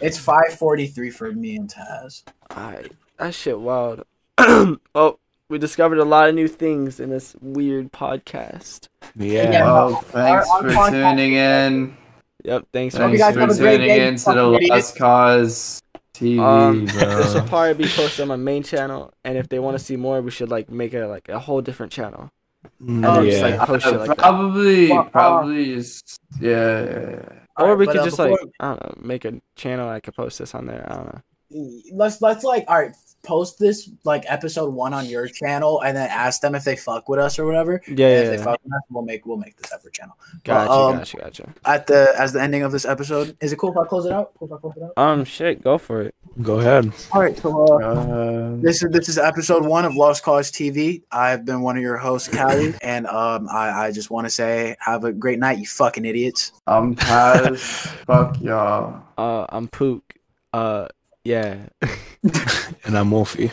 S3: It's 5:43 for me and Taz.
S2: Alright. That shit wild. oh, we discovered a lot of new things in this weird podcast.
S4: Yeah.
S3: Yeah.
S1: Oh, thanks
S3: our- our
S1: for
S3: podcast-
S1: tuning in.
S2: Yep, thanks for
S1: Thanks
S3: guys
S1: for
S3: have a great
S1: tuning
S3: day,
S1: in to the
S3: fucking idiots.
S1: Lost Cause TV,
S2: Um, this will
S1: bro.
S2: probably be posted on my main channel, and if they want to see more, we should like make a like a whole different channel.
S4: Mm,
S2: Oh,
S4: yeah.
S2: just like post shit
S1: Uh,
S2: like that.
S1: probably,
S3: Well, uh,
S1: probably, just, yeah, yeah, yeah.
S2: Or
S3: Alright,
S2: we
S3: but,
S2: could
S3: uh,
S2: just like
S3: before-
S2: I don't know, make a channel. I could post this on there. I don't know.
S3: let's let's like all right post this like episode one on your channel and then ask them if they fuck with us or whatever
S2: Yeah,
S3: And if
S2: yeah.
S3: they fuck with us we'll make we'll make the separate channel
S2: Gotcha,
S3: um,
S2: gotcha, gotcha.
S3: at the as the ending of this episode is it cool if i close it out cool if i close it out
S2: Um, shit, go for it.
S4: Go ahead.
S3: all right so uh,
S1: Um,
S3: this is this is episode one of lost cause tv i've been one of your hosts callie and um i i just want to say have a great night you fucking idiots
S1: I'm Taz. Fuck y'all.
S2: Uh, I'm Pook. Uh, yeah.
S4: And I'm Wolfie.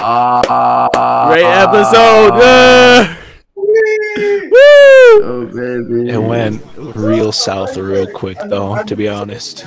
S1: Ah,
S2: Great
S3: Uh,
S2: episode. Yeah. Woo!
S1: Oh baby.
S4: It went real south real quick, though, to be honest.